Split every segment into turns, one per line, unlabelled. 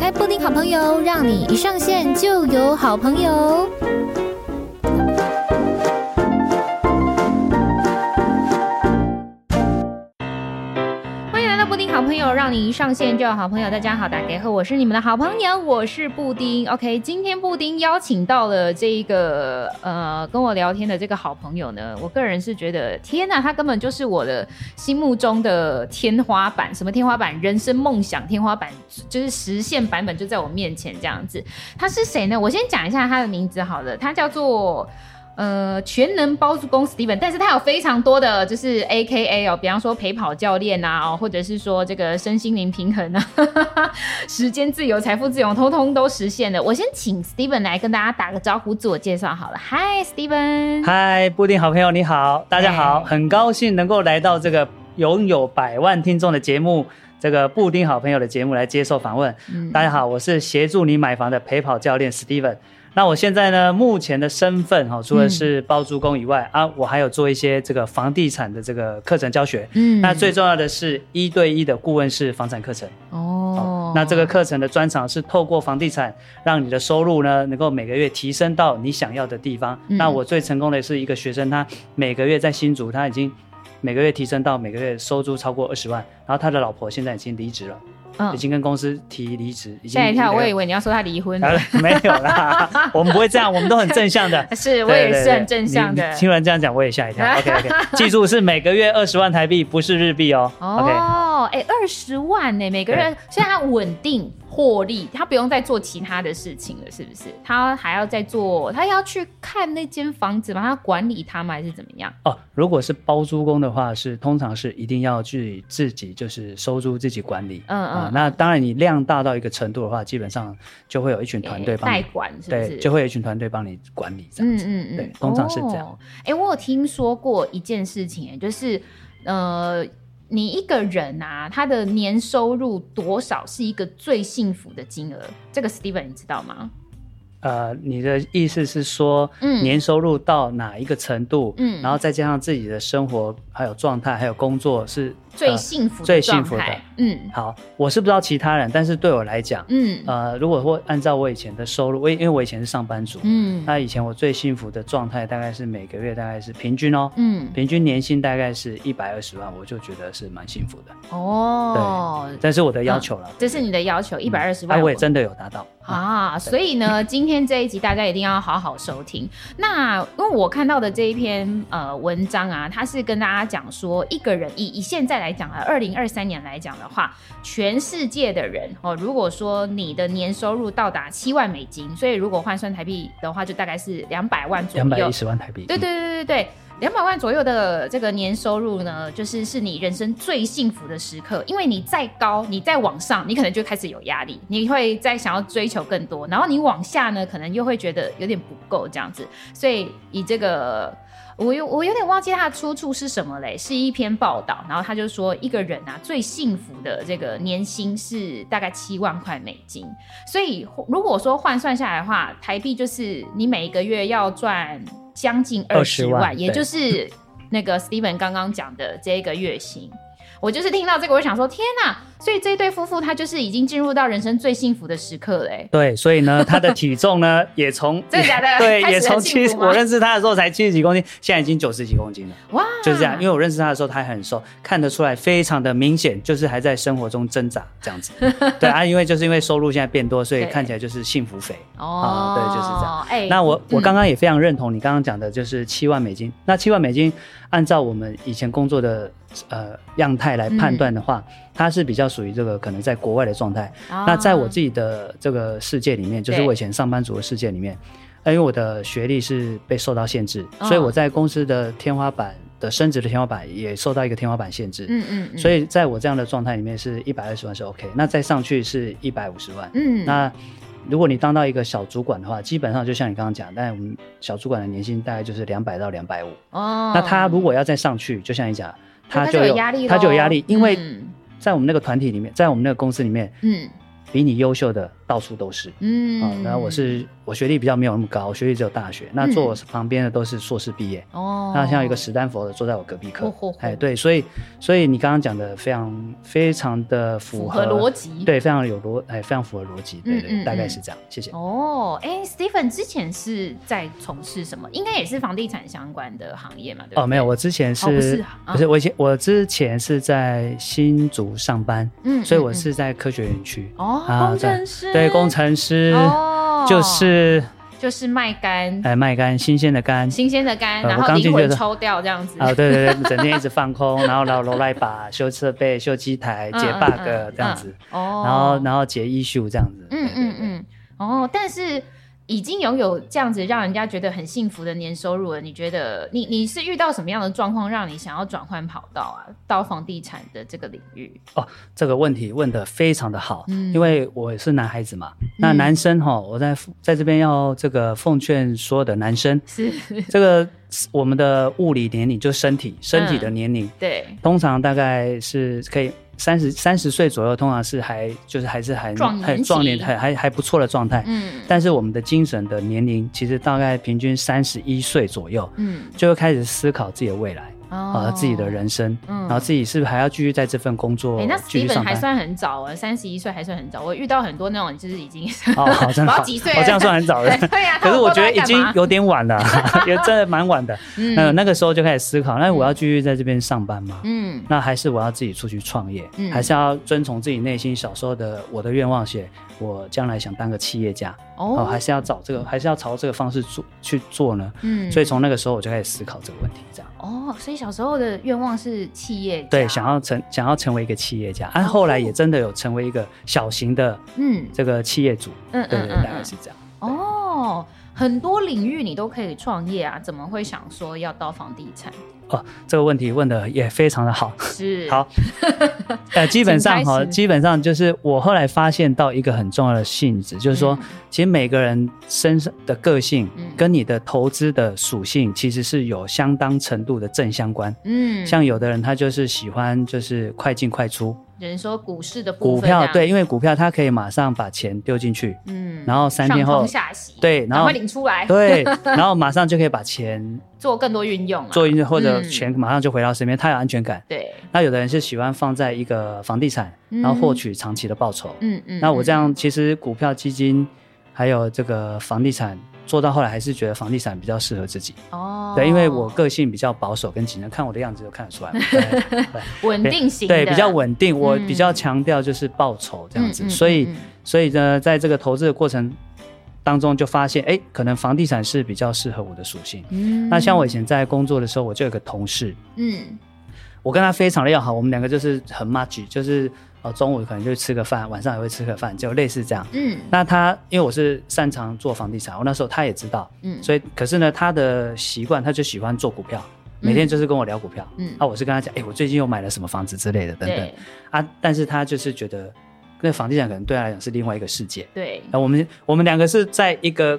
开布丁好朋友，让你一上线就有好朋友。欢迎来到布丁好朋友，让你一上线就有好朋友。大家好，打给后，我是你们的好朋友，我是布丁。OK，今天布丁邀请到了这一个呃跟我聊天的这个好朋友呢，我个人是觉得天呐，他根本就是我的心目中的天花板，什么天花板？人生梦想天花板，就是实现版本就在我面前这样子。他是谁呢？我先讲一下他的名字好了，他叫做。呃，全能包租公 Steven，但是他有非常多的就是 A K A 哦，比方说陪跑教练啊，哦，或者是说这个身心灵平衡啊， 时间自由、财富自由，通通都实现了。我先请 Steven 来跟大家打个招呼，自我介绍好了。嗨，Steven。
嗨，布丁好朋友你好，大家好，
嗨
很高兴能够来到这个拥有百万听众的节目，这个布丁好朋友的节目来接受访问。
嗯
大家好，我是协助你买房的陪跑教练 Steven。那我现在呢，目前的身份哈、哦，除了是
嗯
包租公以外、啊，我还有做一些这个房地产的这个课程教学。
嗯
那最重要的是一对一的顾问式房产课程。
哦，
那这个课程的专长是透过房地产，让你的收入呢能够每个月提升到你想要的地方。
嗯
那我最成功的是一个学生，他每个月在新竹，他已经每个月提升到每个月收入超过二十万，然后他的老婆现在已经离职了，已
嗯，
经跟公司提离职，已经
吓一跳，
个
我以为你要说他离婚
啊
了，
没有啦， 我们不会这样，我们都很正向的。
是 我也
对对
是
对
很正向
你
的
你。听完这样讲，我也吓一跳。OK OK，记住是每个月二十万台币，不是日币哦。OK，
哦，哎、二十万呢、每个月
对，
所以他稳定获利，他不用再做其他的事情了，是不是？他还要再做，他要去看那间房子吗？他管理他吗？还是怎么样？
哦，如果是包租公的话，是通常是一定要去自己就是收租自己管理。
嗯
啊、
嗯，
那当然你量大到一个程度的话，基本上就会有一群团队
诶
帮
哎代
你，
管是不嗯是？
对，就会有一群团队帮你管理这样
嗯
子。
嗯嗯，
对通常是这样
哦。哎、我有听说过一件事情、诶就是呃，你一个人啊，他的年收入多少是一个最幸福的金额？这个 Steven 你知道吗？
呃，你的意思是说，
嗯
年收入到哪一个程度，
嗯
然后再加上自己的生活还有状态还有工作是
最
呃
幸福的
最
状
幸福的
态嗯
好，我是不知道其他人，但是对我来讲，
嗯
呃，如果说按照我以前的收入，我因为我以前是上班族，
嗯
那以前我最幸福的状态大概是每个月大概是平均哦，
嗯，
平均年薪大概是一百二十万，我就觉得是蛮幸福的。
哦，
但是我的要求了，
这是你的要求，一百二十
哎
万。
我也真的有达到。
啊，所以呢，今天这一集大家一定要好好收听。那因为我看到的这一篇呃文章啊，它是跟大家讲说，一个人以以现在来讲啊，二零二三年来讲的话，全世界的人哦，如果说你的年收入到达七万美金，所以如果换算台币的话，就大概是两百万左
两百
右
一。十万台币，
对对对对对，两百万左右的这个年收入呢，就是是你人生最幸福的时刻，因为你再高，你再往上，你可能就开始有压力，你会再想要追求更多，然后你往下呢，可能又会觉得有点不够这样子，所以以这个。我有我有点忘记它的出处是什么嘞，是一篇报道，然后他就说一个人啊最幸福的这个年薪是大概七万块美金，所以如果说换算下来的话，台币就是你每个月要赚将近二十
20
万，
万
也就是那个 Steven 刚刚讲的这个月薪。我就是听到这个，我就想说天哪！所以这对夫妇他就是已经进入到人生最幸福的时刻嘞、欸。
对，所以呢，他的体重呢也从
真的假的
对，
开始
也从
很幸
七
福
十，
吗
我认识他的时候才七十几公斤，现在已经九十几公斤了，
哇，
就是这
啊
样。因为我认识他的时候，他还很瘦，看得出来非常的明显，就是还在生活中挣扎 这样子。对啊，因为就是因为收入现在变多，所以
对
看起来就是幸福肥。
哦、
啊对就是这样。
哎、
那我我
嗯
刚刚也非常认同你刚刚讲的，就是七万美金。那七万美金，按照我们以前工作的呃样态来判断的话，
嗯
它是比较属于这个可能在国外的状态。那在我自
己
己的这个世界里面，就
啊
是
对
我以前上班族的世界里面，呃因为我的学历是被受到限制，
哦
所以我在公司的天花板的升职的天花板也受到一个天花板限制。
嗯嗯嗯，
所
以
以在我这样的状态里面是一百二十万是 OK，那再上去是一百五十万。
嗯
那如果你当到一个小主管的话，基本上就像你刚刚讲，但我们小主管的年薪大概就是两百到两百五。
哦
那他如果要再上去，就像你讲，
他
就
有压力咯，
他就有压力，因为
嗯
在我们那个团体里面，在我们那个公司里面，
嗯
比你优秀的到处都是。
嗯
啊、然后我是我学历比较没有那么高，我学历只有大学。
嗯
那坐我旁边的都是硕士毕业，
哦，
那像一个史丹佛的坐在我隔壁课
嚯嚯嚯，
哎，对，所以所以你刚刚讲的非常非常的
符
符
合
合
逻辑，
对，非常有逻，哎，非常符合逻辑，对对，
嗯嗯
大概
嗯
是这样。谢谢。
哦，哎，Stephen 之前是在从事什么？应该也是房地产相关的行业嘛？对不对
哦，没有，我之前
哦不是
是
啊
不是我以前我之前是在新竹上班，
嗯
所以
嗯
我
嗯
是在科学园区，
哦，
啊
工
对
程师，
对，工程师
哦，
就是
就是卖干，
哎卖干新鲜的干。
新鲜的干，
呃
然
我
后
刚
灵
进去
魂
的
抽掉这样子。
啊，对对对，整天一直放空，然后然后楼来把修设备、修机台、
嗯
解
嗯
bug
嗯
这样子，
哦，
然后然后解 issue 这样子，
嗯
对对
嗯
对
嗯，哦，但是已经拥有这样子让人家觉得很幸福的年收入了，你觉得你你是遇到什么样的状况让你想要转换跑道啊，到房地产的这个领域？
这个问题问得非常的好，
嗯
因为我是男孩子嘛，那男生哈，我在在这边要这个奉劝所有的男生，
是，
这个我们的物理年龄就身体身
嗯
体的年龄，
对，
通常大概是可以三十三十岁左右，通常是还就是还是很
壮年期
很壮年还还还不错的状态，
嗯，
但是我们的精神的年龄其实大概平均三十一岁左右，
嗯，
就会开始思考自己的未来啊、
哦
自己的。人生，
嗯
然后自己是不是还要继续在这份工作
哎、那
继续
Steven
上
还
班。
算很早啊，三十一岁还算很早。我遇到很多那种就是已经
哦，好，真
不知
的好，
道几岁了
我这样算很早 的。
对呀、啊，
可是我觉得已经
他们不知道
有点晚了， 也真的蛮晚的。
在干嘛
那
嗯
那个时候就开始思考，那我要继续在这边上班吗？
嗯
那还是我要自己出去创业
嗯，
还是要遵从自己内心小时候的我的愿望，写我将来想当个企业家哦，
哦
还是要找这个，还是要朝这个方式做去做呢？
嗯，
所以从那个时候我就开始思考这个问题，这样
哦，所以小时候的愿望是企业家
对，想要成想要成为一个企业家，啊，
哦
后来也真的有成为一个小型的
嗯
这个企业主，
嗯
对
嗯嗯
对，大概
嗯
是这样。
哦，很多领域你都可以创业啊，怎么会想说要到房地 产？
哦，这个问题问的也非常 的好。
是
好，呃，基本上
请开
哈，
始
基本上就是我后来发现到一个很重要的性质，就是说，
嗯
其实每个人身上的个性
嗯
跟你的投资的属性其实是有相当程度的正相关。
嗯，
像有的人他就是喜欢就是快进快出，
人说股市的部
股
分
票
啊
对，，因为股票它可以马上把钱丢进去，
嗯
然后三
上
天后
冲下洗，
对然
赶
后
快领出来，
对，然后马上就可以把钱
做更多运用啊，
做一或者
嗯
钱马上就回到身边，他有安全感。
对，
那有的人是喜欢放在一个房地产，然后获取长期的报酬。
嗯嗯，
那我这样
嗯
其实股票、基金还有这个房地产，做到后来还是觉得房地产比较适合自己。
哦，
对，因为我个性比较保守跟谨慎，看我的样子就看得出 来嘛。对
稳定型
对，
的
比较稳定，我
嗯
比较强调就是报酬这样
嗯嗯
子，所以
嗯嗯
所以呢，在这个投资的过程当中，就发现哎，可能房地产是比较适合我的属性。
嗯
那像我以前在工作的时候，我就有个同事，
嗯
我跟他非常的要好，我们两个就是很 much，就是呃中午可能就吃个饭，晚上也会吃个饭，就类似这样。
嗯
那他因为我是擅长做房地产，我那时候他也知道，
嗯，
所以可是呢，他的习惯他就喜欢做股票，每天就是跟我聊股票。
嗯
啊，我是跟他讲，哎、我最近又买了什么房子之类的等等
对
啊，但是他就是觉得那房地产可能对他来讲是另外一个世界。
对，
那、我们我们两个是在一个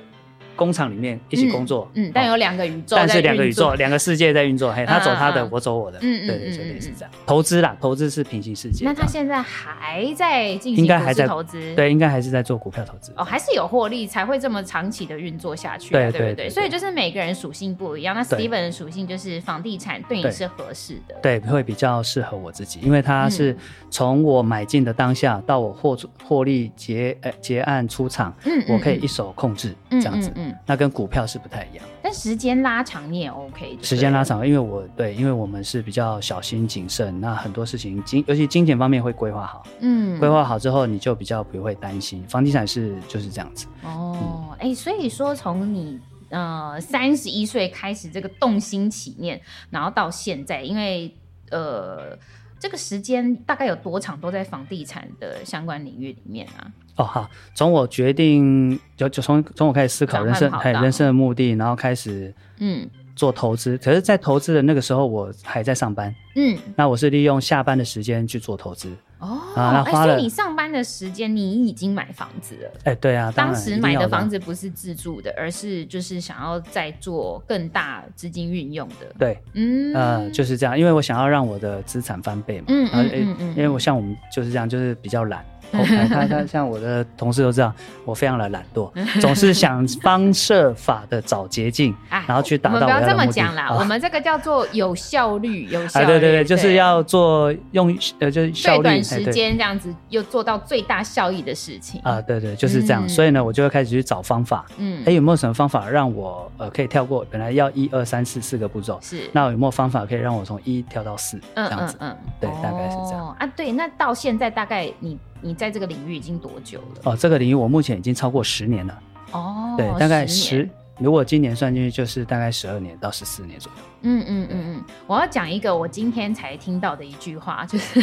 工厂里面一起工作，
嗯，但
哦
有两个宇宙，
但是两个宇宙、，两个世界在运作，嘿，他走他的，
嗯嗯嗯
我走我的，
嗯嗯
对对
嗯
对，
嗯
类似
嗯
这样。投资啦，投资是平行世界。
那他
这样
现在还在进行
应该
股
还
市
在
投资，。
对，应该还是在做股票投资。
哦，还是有获利才会这么长期的运作下去、啊，
对
不对
对对
所以就是每个人属性不一样。那
对
Steven 的属性就是房地产对你
对
是合适的，
对，会比较适合我自己，因为它
嗯
是从我买进的当下到我获出获利结呃结案出场，
嗯
我可以
嗯
一手控制
嗯
这样子。
嗯嗯嗯
那跟股票是不太一样，
但时间拉长你也 OK，就对
时间拉，长，因为我对，因为我们是比较小心谨慎，那很多事情金，尤其金钱方面会规划好，
嗯
规划好之后你就比较不会担心。房地产是就是这样子。
哦，哎、所以说从你呃三十一岁开始这个动心起念，然后到现在，因为呃这个时间大概有多长都在房地产的相关领域里面啊？
哦，好，从我决定就就从从我开始思考
转
人
换
生，
跑
哎，
道
人生的目的，然后开始
嗯
做投资。可是，在投资的那个时候，我还在上班，
嗯
那我是利用下班的时间去做投资。
哦，
啊那
哎
花
所
了
以你上班的时间你已经买房子了。
哎，对啊，当
当
然一
时
定
买
要
的房子不是自住的，而是就是想要再做更大资金运用的。
对，
嗯，
呃，就是这样，因为我想要让我的资产翻倍嘛。
嗯
然后
嗯
诶
嗯嗯
因为我像我们就是这样，就是比较 懒。哦我看看像我的同事都这样，我非常的懒 惰，总是想方设法的找捷径，
哎
然后去达到
我们不
要
要
的
这
目
么
的
讲啦，
啊
我们这个叫做有效率，有 效
啊，
率，
对对对，就是要做用呃，就是
最
效率
短
哎
时
对
间这样子，又做到最大效益的事情。
啊，对对，就是这样。
嗯
所以呢，我就会开始去找方法，
嗯
哎，，有没有什么方法让我呃可以跳过本来要一二三四四个步骤？
是，
那有没有方法可以让我从一跳到四这
嗯
样子
嗯？嗯，
对大概是这样
哦啊。对，那到现在大概你你在这个领域已经多久了？
哦，这个领域我目前已经超过十年了，
嗯哦，
对，大
10
概
年
十。如果今年算进去，就是大概十二年到十四年左右。
嗯嗯嗯嗯，我要讲一个我今天才听到的一句话，就是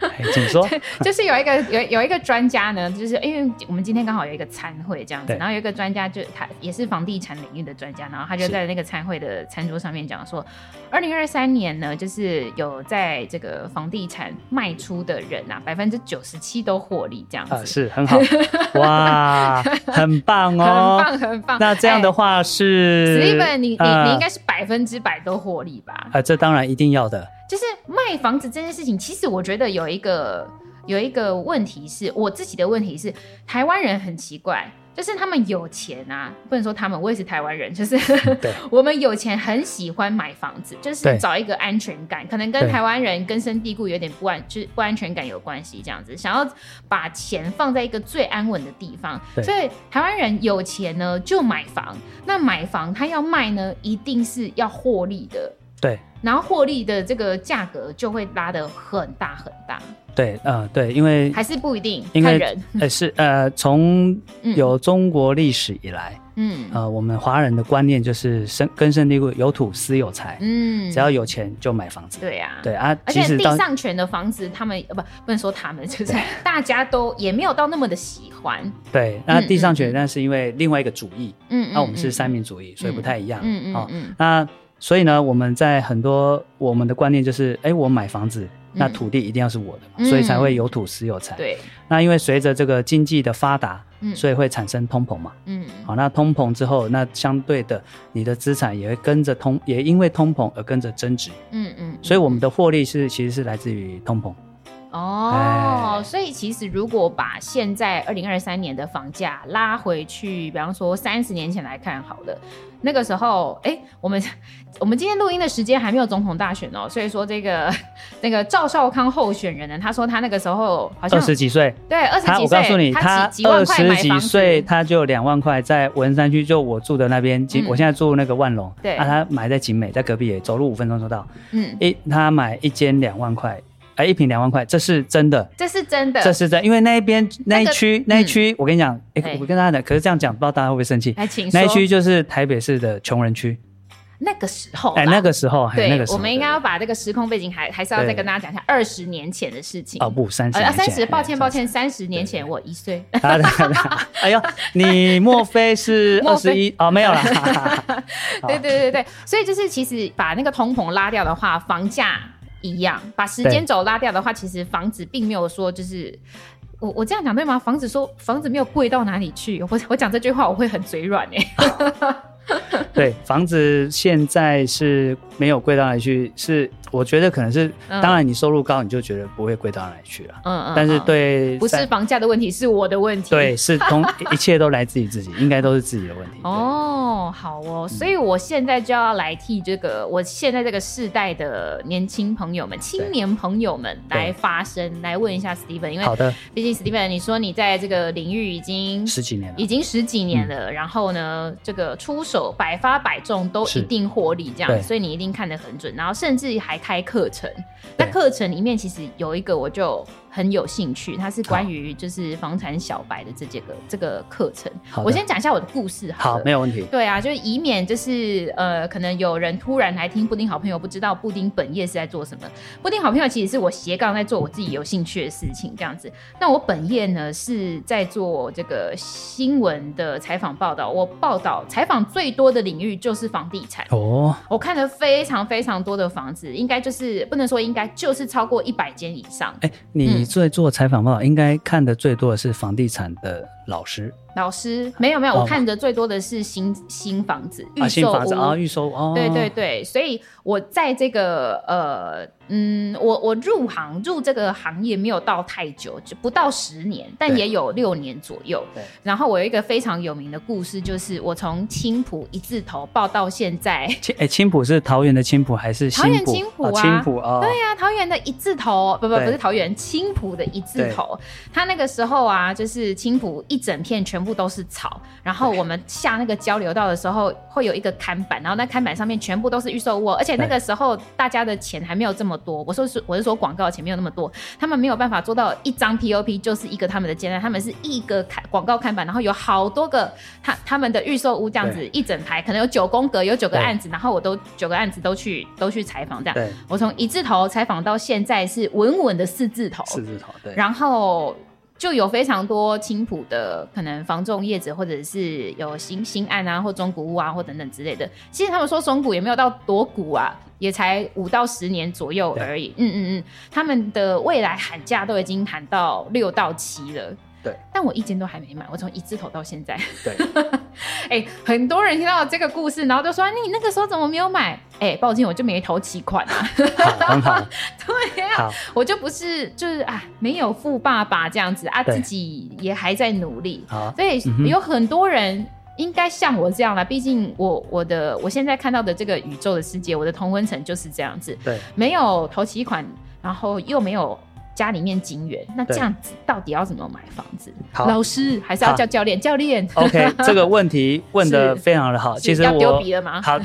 哎，请说。
就是有一个有有一个专家呢，就是因为我们今天刚好有一个参会这样子，
对
然后有一个专家就他也是房地产领域的专家，然后他就是在那个参会的餐桌上面讲说，二零二三年呢，就是有在这个房地产卖出的人啊，百分之九十七都获利这样子，
啊，是 很好，哇，很棒
很
哦。
棒很棒。
那这样的话是
s t e v e n 你你、
呃
你应该是百分之百都获利吧？
啊，这当然一定要的。
就是卖房子这件事情，其实我觉得有一个有一个问题是我自己的问题是，台湾人很奇怪，就是他们有钱啊，不能说他们，我也是台湾人，就是
对
我们有钱很喜欢买房子，就是
对
找一个安全感，可能跟
对
台湾人根深蒂固有点不安，就是不安全感有关系，这样子想要把钱放在一个最安稳的地方，
对
所以台湾人有钱呢就买房，那买房他要卖呢，一定是要获利的，
对
然后获利的这个价格就会拉得很大很大，
对，呃，对，因为
还是不一定
因
看
为
人。
呃是呃，从
嗯
有中国历史以来，
嗯
呃，我们华人的观念就是深根深蒂固，有土私有财，
嗯，
只要有钱就买房子。
对啊，
对。啊，
而
其
且
实
地
当
上权的房子，他们呃不不能说他们， 就是大家都也没有到那么的喜欢。
对那
嗯
地
嗯
上
嗯
权，那是因为另外一个主义，
嗯，
那我们是三
嗯
民主义，所以不太一样。
嗯嗯
哦
嗯
那所以呢，我们在很多我们的观念就是，哎，我买房子，那
嗯
土地一定要是我的嘛，
嗯
所以才会有土私有财。
嗯，，对，
那因为随着这个经济的发达，
嗯
所以会产生通膨嘛。
嗯
好，那通膨之后，那相对的，你的资产也会跟着通，也因为通膨而跟着增值。
嗯嗯，
所以我们的获利是其实是来自于通膨。
哦，
哎
所以其实如果把现在二零二三年的房价拉回去，比方说三十年前来看好了，那个时候，哎、我们 我们今天录音的时间还没有总统大选哦，所以说这个 那个赵少康候选人呢，他说他那个时候好像
二十几岁，
对二十
他
几
我
岁，
告诉你，
他
他
几几
二
万块
十
买
几
房
岁
子，
他就两万块，在文山区就我住的那边，景、
嗯
我现在住那个万隆，
对
啊，他买在景美，在隔壁也走路五分钟就到。
嗯，
一他买一间两万块，哎、一平两万块，这是真的。
这是真的，
这是真，因为那一边那一区、那
嗯
一区，我跟你讲，哎、
哎
我跟大家讲，可是这样讲，不知道大家会不会生气？
来哎请说
那一区就是台北市的穷人区，
那个时候吧，
哎、那个时候，哎
对，
那个时候，
我们应该要把这个时空背景还还是要再
对
跟大家讲一下二十年前的事情
哦不三十
呃，三十，抱歉抱。
哎
歉，三十年前我一岁，
啊对对对哎呦，你莫非是
莫
二十一
非？
哦，没有啦。
对对对对，所以就是其实把那个通膨拉掉的话，房价一样；把时间轴拉掉的话，其实房子并没有说就是。我我这样讲对吗？房子说房子没有贵到哪里去，我我讲这句话我会很嘴软哎、
对，房子现在是没有贵到哪里去，是我觉得可能是，
嗯
当然你收入高，你就觉得不会贵到哪里去了。
嗯嗯，
但是
嗯
对，
不是
三
房价的问题，是我的问题。
对，是同 一切都来自于自己，应该都是自己的问题。对，
哦，好哦，所以我现在就要来替这个我现在这个世代的年轻朋友们、青年朋友们
对
来发声，来问一下 Steven，因
好
为
的，
毕竟 Steven，你说你在这个领域已经
十几年了
已，经十几年了，
嗯
然后呢，这个出手百发百中都
是
一定获利，这样，
对
所以你一定看得很准，然后甚至还开课程。那
对
课程里面其实有一个我就很有兴趣，它是关于就是房产小白的这几个这个课程
好。的
我先讲一下我的故事好
好
了，。
没有问题。
对啊，就是以免就是呃，可能有人突然来听布丁好朋友，不知道布丁本业是在做什么。布丁好朋友其实是我斜杠在做我自己有兴趣的事情，这样子。那我本业呢是在做这个新闻的采访报道，我报道采访最多的领域就是房地产。
哦，
我看了非常非常多的房子，应该就是不能说应该就是超过一百间以上。
哎，你
嗯
你最做采访报道，应该看的最多的是房地产的老师
老师没有没有，
哦
我看的最多的是新新房子预
啊，新
售
房子
屋。
啊，预售哦，
对对对，所以我在这个呃嗯，我我入行入这个行业没有到太久，就不到十年，但
对
也有六年左右
对。
然后我有一个非常有名的故事，就是我从青浦一字头报到现在，
青哎，青浦是桃园的青浦还是新
桃园
浦
青浦
哦
啊
青浦啊，
对呀、桃园的一字头，不不
对
不是桃园，青浦的一字头。他那个时候啊，就是青浦一整片全部都是草，然后我们下那个交流道的时候，会有一个看板，然后那看板上面全部都是预售屋哦，而且那个时候大家的钱还没有这么多，我说是 我是说广告的钱没有那么多，他们没有办法做到一张 POP 就是一个他们的建案，他们是一个看广告看板，然后有好多个他他们的预售屋这样子一整排，可能有九宫格，有九个
对
案子，然后我都九个案子都去都去采访这样。
对，
我从一字头采访到现在是稳稳的四字头，
四字头对，
然后就有非常多青浦的可能房仲业者，或者是有新新案啊，或中古屋啊，或等等之类的。其实他们说中古也没有到多古啊，也才五到十年左右而已。嗯嗯嗯，他们的未来喊价都已经喊到六到七了。
对，
但我一间都还没买，我从一字头到现在。
对，
哎、很多人听到这个故事，然后就说你那个时候怎么没有买？哎、抱歉，我就没投期款啊。
好，很好，
对呀、
好，
我就不是就是啊，没有富爸爸这样子啊，
对
自己也还在努力，
好，
所以
嗯哼
有很多人应该像我这样啦。毕竟我我的我现在看到的这个宇宙的世界，我的同温层就是这样子，
对，
没有投期款，然后又没有。家里面金元，那
对
这样子到底要怎么买房子？
好
老师还是要
好
叫教练？教练
OK，这个问题问的
是
非常的好。其
是
实
要丢
我
笔了吗
好，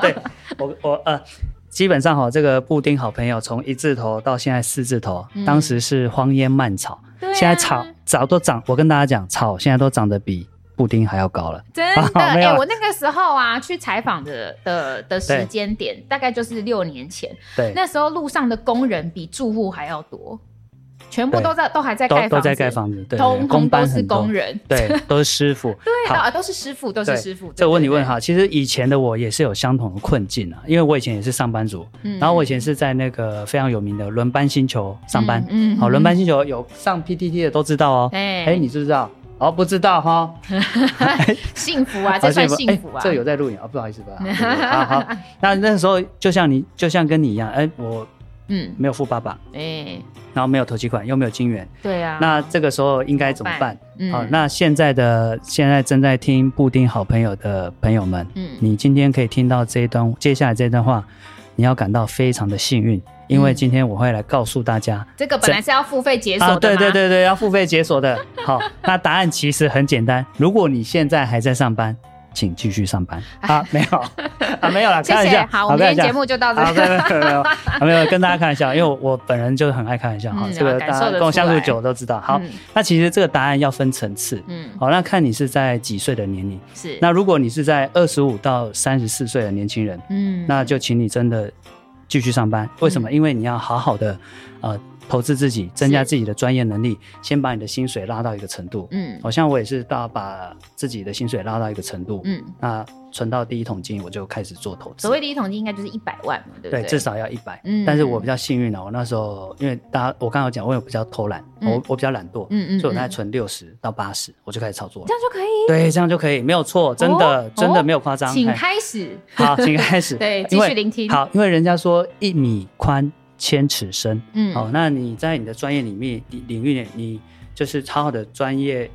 对我我呃，基本上哈，这个布丁好朋友从一字头到现在四字头，
嗯
当时是荒烟蔓草，
对啊
现在草早都长。我跟大家讲，草现在都长得比布丁还要高了。
真的，
好
哎、
没有了
我那个时候啊，去采访的的的时间点，大概就是六年前。
对，
那时候路上的工人比住户还要多，全部
对
都在都还在盖
都
房子，
都在盖房子，对，对对
通通
工
都
班
是
很多
工，人，
对，都是师傅。
对，
好
啊都是师傅，都是
对
师傅。
这
对
我问你问，
对
哈，其实以前的我也是有相同的困境啊，因为我以前也是上班族，
嗯
然后我以前是在那个非常有名的轮班星球上班，
嗯嗯
好，
嗯
轮班星球有上 PTT 的都知道哦，
哎
哎，你知不知道？哦，不知道哈，
幸福啊，这算幸福啊，
哎这有在录影啊，不好意思吧？对对对好好，那那时候就像你，就像跟你一样，哎，我
嗯，
没有富爸爸，
哎、
然后没有投期款，又没有金源，
对啊，
那这个时候应该怎么办？
嗯
好，那现在的现在正在听布丁好朋友的朋友们，
嗯
你今天可以听到这一段，接下来这段话，你要感到非常的幸运，因为
嗯
今天我会来告诉大家。
这个本来是要付费解锁的
啊，
嘛，
对对对对，要付费解锁的。 好，那答案其实很简单。如果你现在还在上班，请继续上班。啊，没有啊，没有啦，开
哎 谢谢
玩笑。。
好，我们今天节目就到
开
这
玩
里。
笑。好，没有没有没有，啊没有跟大家开玩笑，因为我本人就很爱开玩笑哈、
嗯
这个
感
大
受
家
得
跟我相
出
处
来
久都知道。好，
嗯
那其实这个答案要分层次。
嗯，
好，那看你是在几岁的年龄。
是
那如果你是在二十五到三十四岁的年轻人，
嗯
那就请你真的继续上班。为什么？因为你要好好的呃投资自己，增加自己的专业能力，先把你的薪水拉到一个程度。
嗯
好、像我也是到把自己的薪水拉到一个程度，
嗯，
那存到第一桶金，我就开始做投资。
所谓的一桶金应该就是一百万嘛，对不
对，
对
至少要一百、
嗯
但是我比较幸运哦，我那时候因为大家我刚刚有讲，我有比较偷懒，
嗯
我我比较懒惰，
嗯嗯
所以我大概
嗯
存六十到八十，我就开始操作了
这。样就可以，
对，这样就可以，没有错，真的、
哦
真的没有夸张。
请
哎
开始。
好，请开 始。
对
因为
继续聆听
好，因为人家说一米宽，千尺深。
嗯，
好、那你在你的专业里面领领域里，你就是好好的专业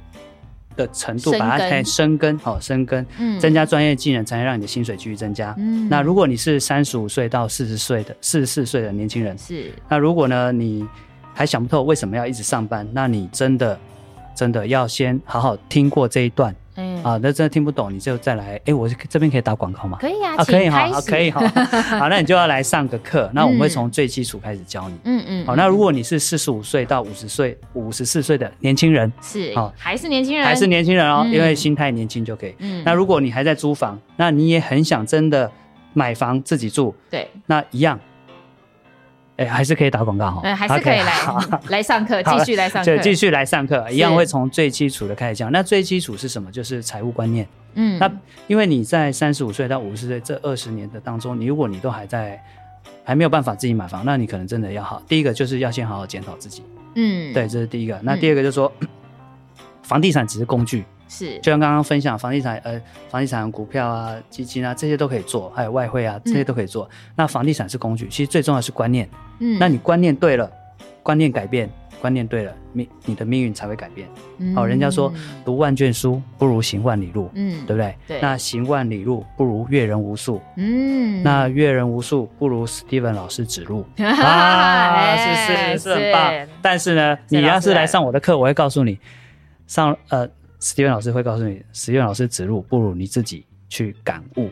的程度，
深
把它
耕
哎深耕，好、深耕，
嗯
增加专业技能，才能让你的薪水继续增加。
嗯
那如果你是三十五岁到四十岁的四十四岁的年轻人，
是
那如果呢你还想不透为什么要一直上班，那你真的真的要先好好听过这一段。
嗯
啊，那真的听不懂，你就再来。哎，我这边可以打广告吗？
可以啊，
啊，
请
可以哈，
开
啊
始，
可以哈。 好，那你就要来上个课，那我们会
嗯
从最基础开始教你。
嗯嗯，
好，那如果你是四十五岁到五十岁、五十四岁的年轻人，
是
好
还是年轻人，
还是年轻人哦，
嗯
因为心态年轻就可以。
嗯，
那如果你还在租房，那你也很想真的买房自己住，
对，
那一样，哎，还是可以打广告哈，
嗯，还是可以
OK，好
来来上课，
好
继续来上
就
课，
继续来上课，一样
是
会从最基础的开始讲。那最基础是什么？就是财务观念。
嗯，
那因为你在三十五岁到五十岁这二十年的当中，你如果你都还在还没有办法自己买房，那你可能真的要好。第一个就是要先好好检讨自己，
嗯嗯，
对，这是第一个。那第二个就是说，房地产只是工具，
是，
就像刚刚分享房地产，呃，房地产、股票啊、基金啊这些都可以做，还有外汇啊这些都可以做。那房地产是工具，其实最重要的是观念。
嗯，
那你观念对了，观念改变，观念对了，命你的命运才会改变。好人家说读万卷书不如行万里路，
嗯，嗯，
对不对？
对
那行万里路不如阅人无数，
嗯，
那阅人无数不如 Steven 老师指 路。啊，
哎
是是是很棒。但是呢，
是
你
老
要
师
是
来
来上我的课，我会告诉你，上呃，史蒂文老师会告诉你，史蒂文老师指路，不如你自己去感悟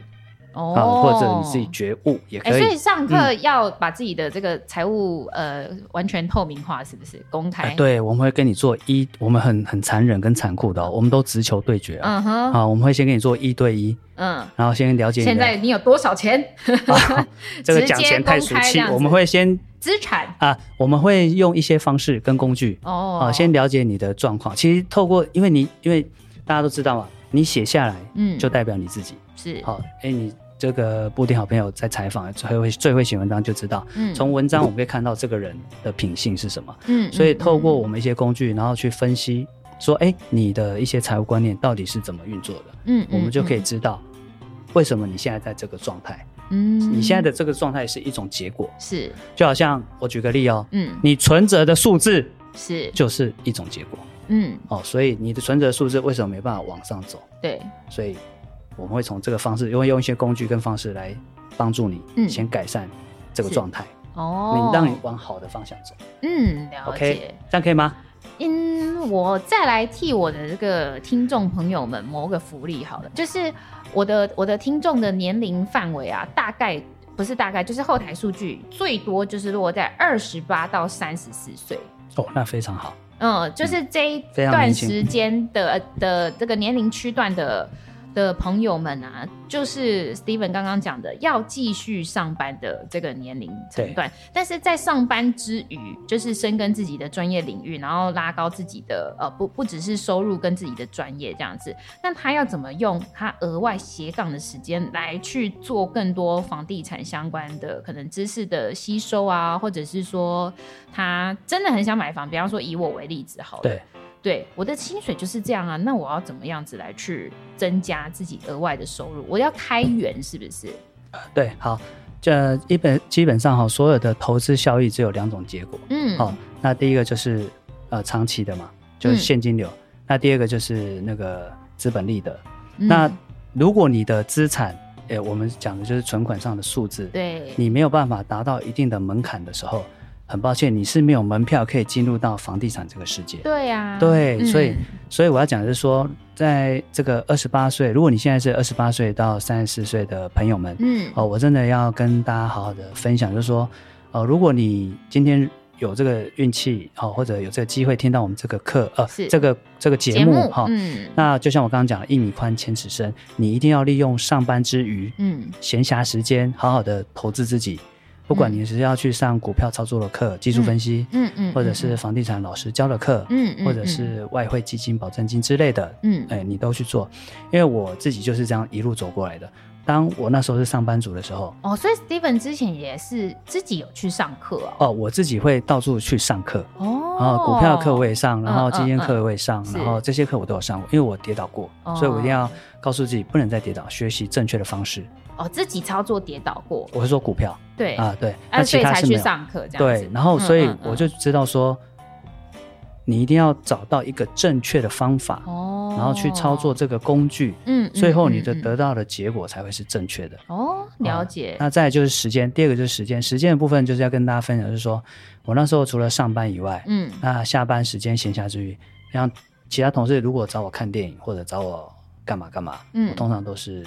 哦
啊、，或者你自己觉悟也
哎、
可以。
所以上课要把自己的这个财务、呃完全透明化，是不是公开？
哎，，对，我们会跟你做一，我们很很残忍跟残酷的、哦，我们都直球对决啊、
嗯哼，
啊，我们会先跟你做一对一，
嗯，
然后先了解你的
现在你有多少钱？
啊 这个
直接
讲钱太俗
公开这
气
样，子
我们会先
资产
啊，我们会用一些方式跟工具
哦，
啊，先了解你的状况。其实透过，因为你因为大家都知道嘛，你写下来，
嗯
就代表你自己。
是
好、哎，你这个布丁好朋友在采访最会最会写文章，就知道
嗯
从文章我们可以看到这个人的品性是什么。
嗯
所以
嗯
透过我们一些工具，然后去分析，说，哎，你的一些财务观念到底是怎么运作的，
嗯嗯
我们就可以知道为什么你现在在这个状态。
嗯，
你现在的这个状态是一种结果，
是
就好像我举个例哦，
嗯
你存折的数字
是
就是一种结果
嗯
哦，所以你的存折数字为什么没办法往上走？
对
所以我们会从这个方式，因为用一些工具跟方式来帮助你，
嗯
先改善这个
是
状态，
哦，
你让你往好的方向走。
嗯了解。
OK，这样可以吗？
嗯，我再来替我的这个听众朋友们谋个福利好了，就是我的我的听众的年龄范围啊，大概不是大概，就是后台数据最多就是落在二十八到三十四岁。
哦，那非常好。
嗯，就是这一
非常
段
年轻
时间的的这个年龄区段的的朋友们啊，就是 Steven 刚刚讲的，要继续上班的这个年龄层段，但是在上班之余，就是深耕自己的专业领域，然后拉高自己的呃不不只是收入跟自己的专业这样子，那他要怎么用他额外斜杠的时间来去做更多房地产相关的可能知识的吸收啊，或者是说他真的很想买房，比方说以我为例子好了，
对，
对，我的薪水就是这样啊，那我要怎么样子来去增加自己额外的收入？我要开源是不是？
对，好。这一本基本上哈、所有的投资效益只有两种结果。
嗯，
哦，那第一个就是呃长期的嘛，就是
嗯
现金流；那第二个就是那个资本利得。
嗯
那如果你的资产，诶、我们讲的就是存款上的数字，
对，
你没有办法达到一定的门槛的时候，很抱歉，你是没有门票可以进入到房地产这个世界。
对啊，
对，所以
嗯
所以我要讲的是说，在这个二十八岁，如果你现在是二十八岁到三十四岁的朋友们，
嗯，
哦，我真的要跟大家好好的分享，就是说，呃，如果你今天有这个运气，哦，或者有这个机会听到我们这个课，呃
是，
这个这个节目哈、
嗯
那就像我刚刚讲的，一米宽千尺深，你一定要利用上班之余，
嗯
闲暇时间，好好的投资自己。不管你是要去上股票操作的课、技术分析，
嗯嗯，
或者是房地产老师教的课，
嗯，嗯
或者是外汇基金、保证金之类的，
嗯
哎，你都去做。因为我自己就是这样一路走过来的。当我那时候是上班族的时候，
哦，所以 Steven 之前也是自己有去上课哦。
哦，我自己会到处去上课，然
哦
后啊股票课我也上，然后
嗯
基金
嗯
课我也上，
是
然后这些课我都有上过，因为我跌倒过，
哦
所以我一定要告诉自己不能再跌倒，学习正确的方式。
哦自己操作跌倒过，
我是说股票
对
啊，，对，
啊
那
所
其
以
他
才
是没
去
有。
上课这样子。
对，然后
嗯
所以
嗯嗯
我就知道说，你一定要找到一个正确的方法，
哦，
然后去操作，这个工具，
嗯，嗯
最后你的
嗯嗯
得到的结果才会是正确的。
哦了解，
那再来就是时间，第二个就是时间，时间的部分就是要跟大家分享，就是说我那时候除了上班以外，
嗯
那下班时间闲暇之余，像其他同事如果找我看电影或者找我干嘛干嘛，
嗯
我通常都是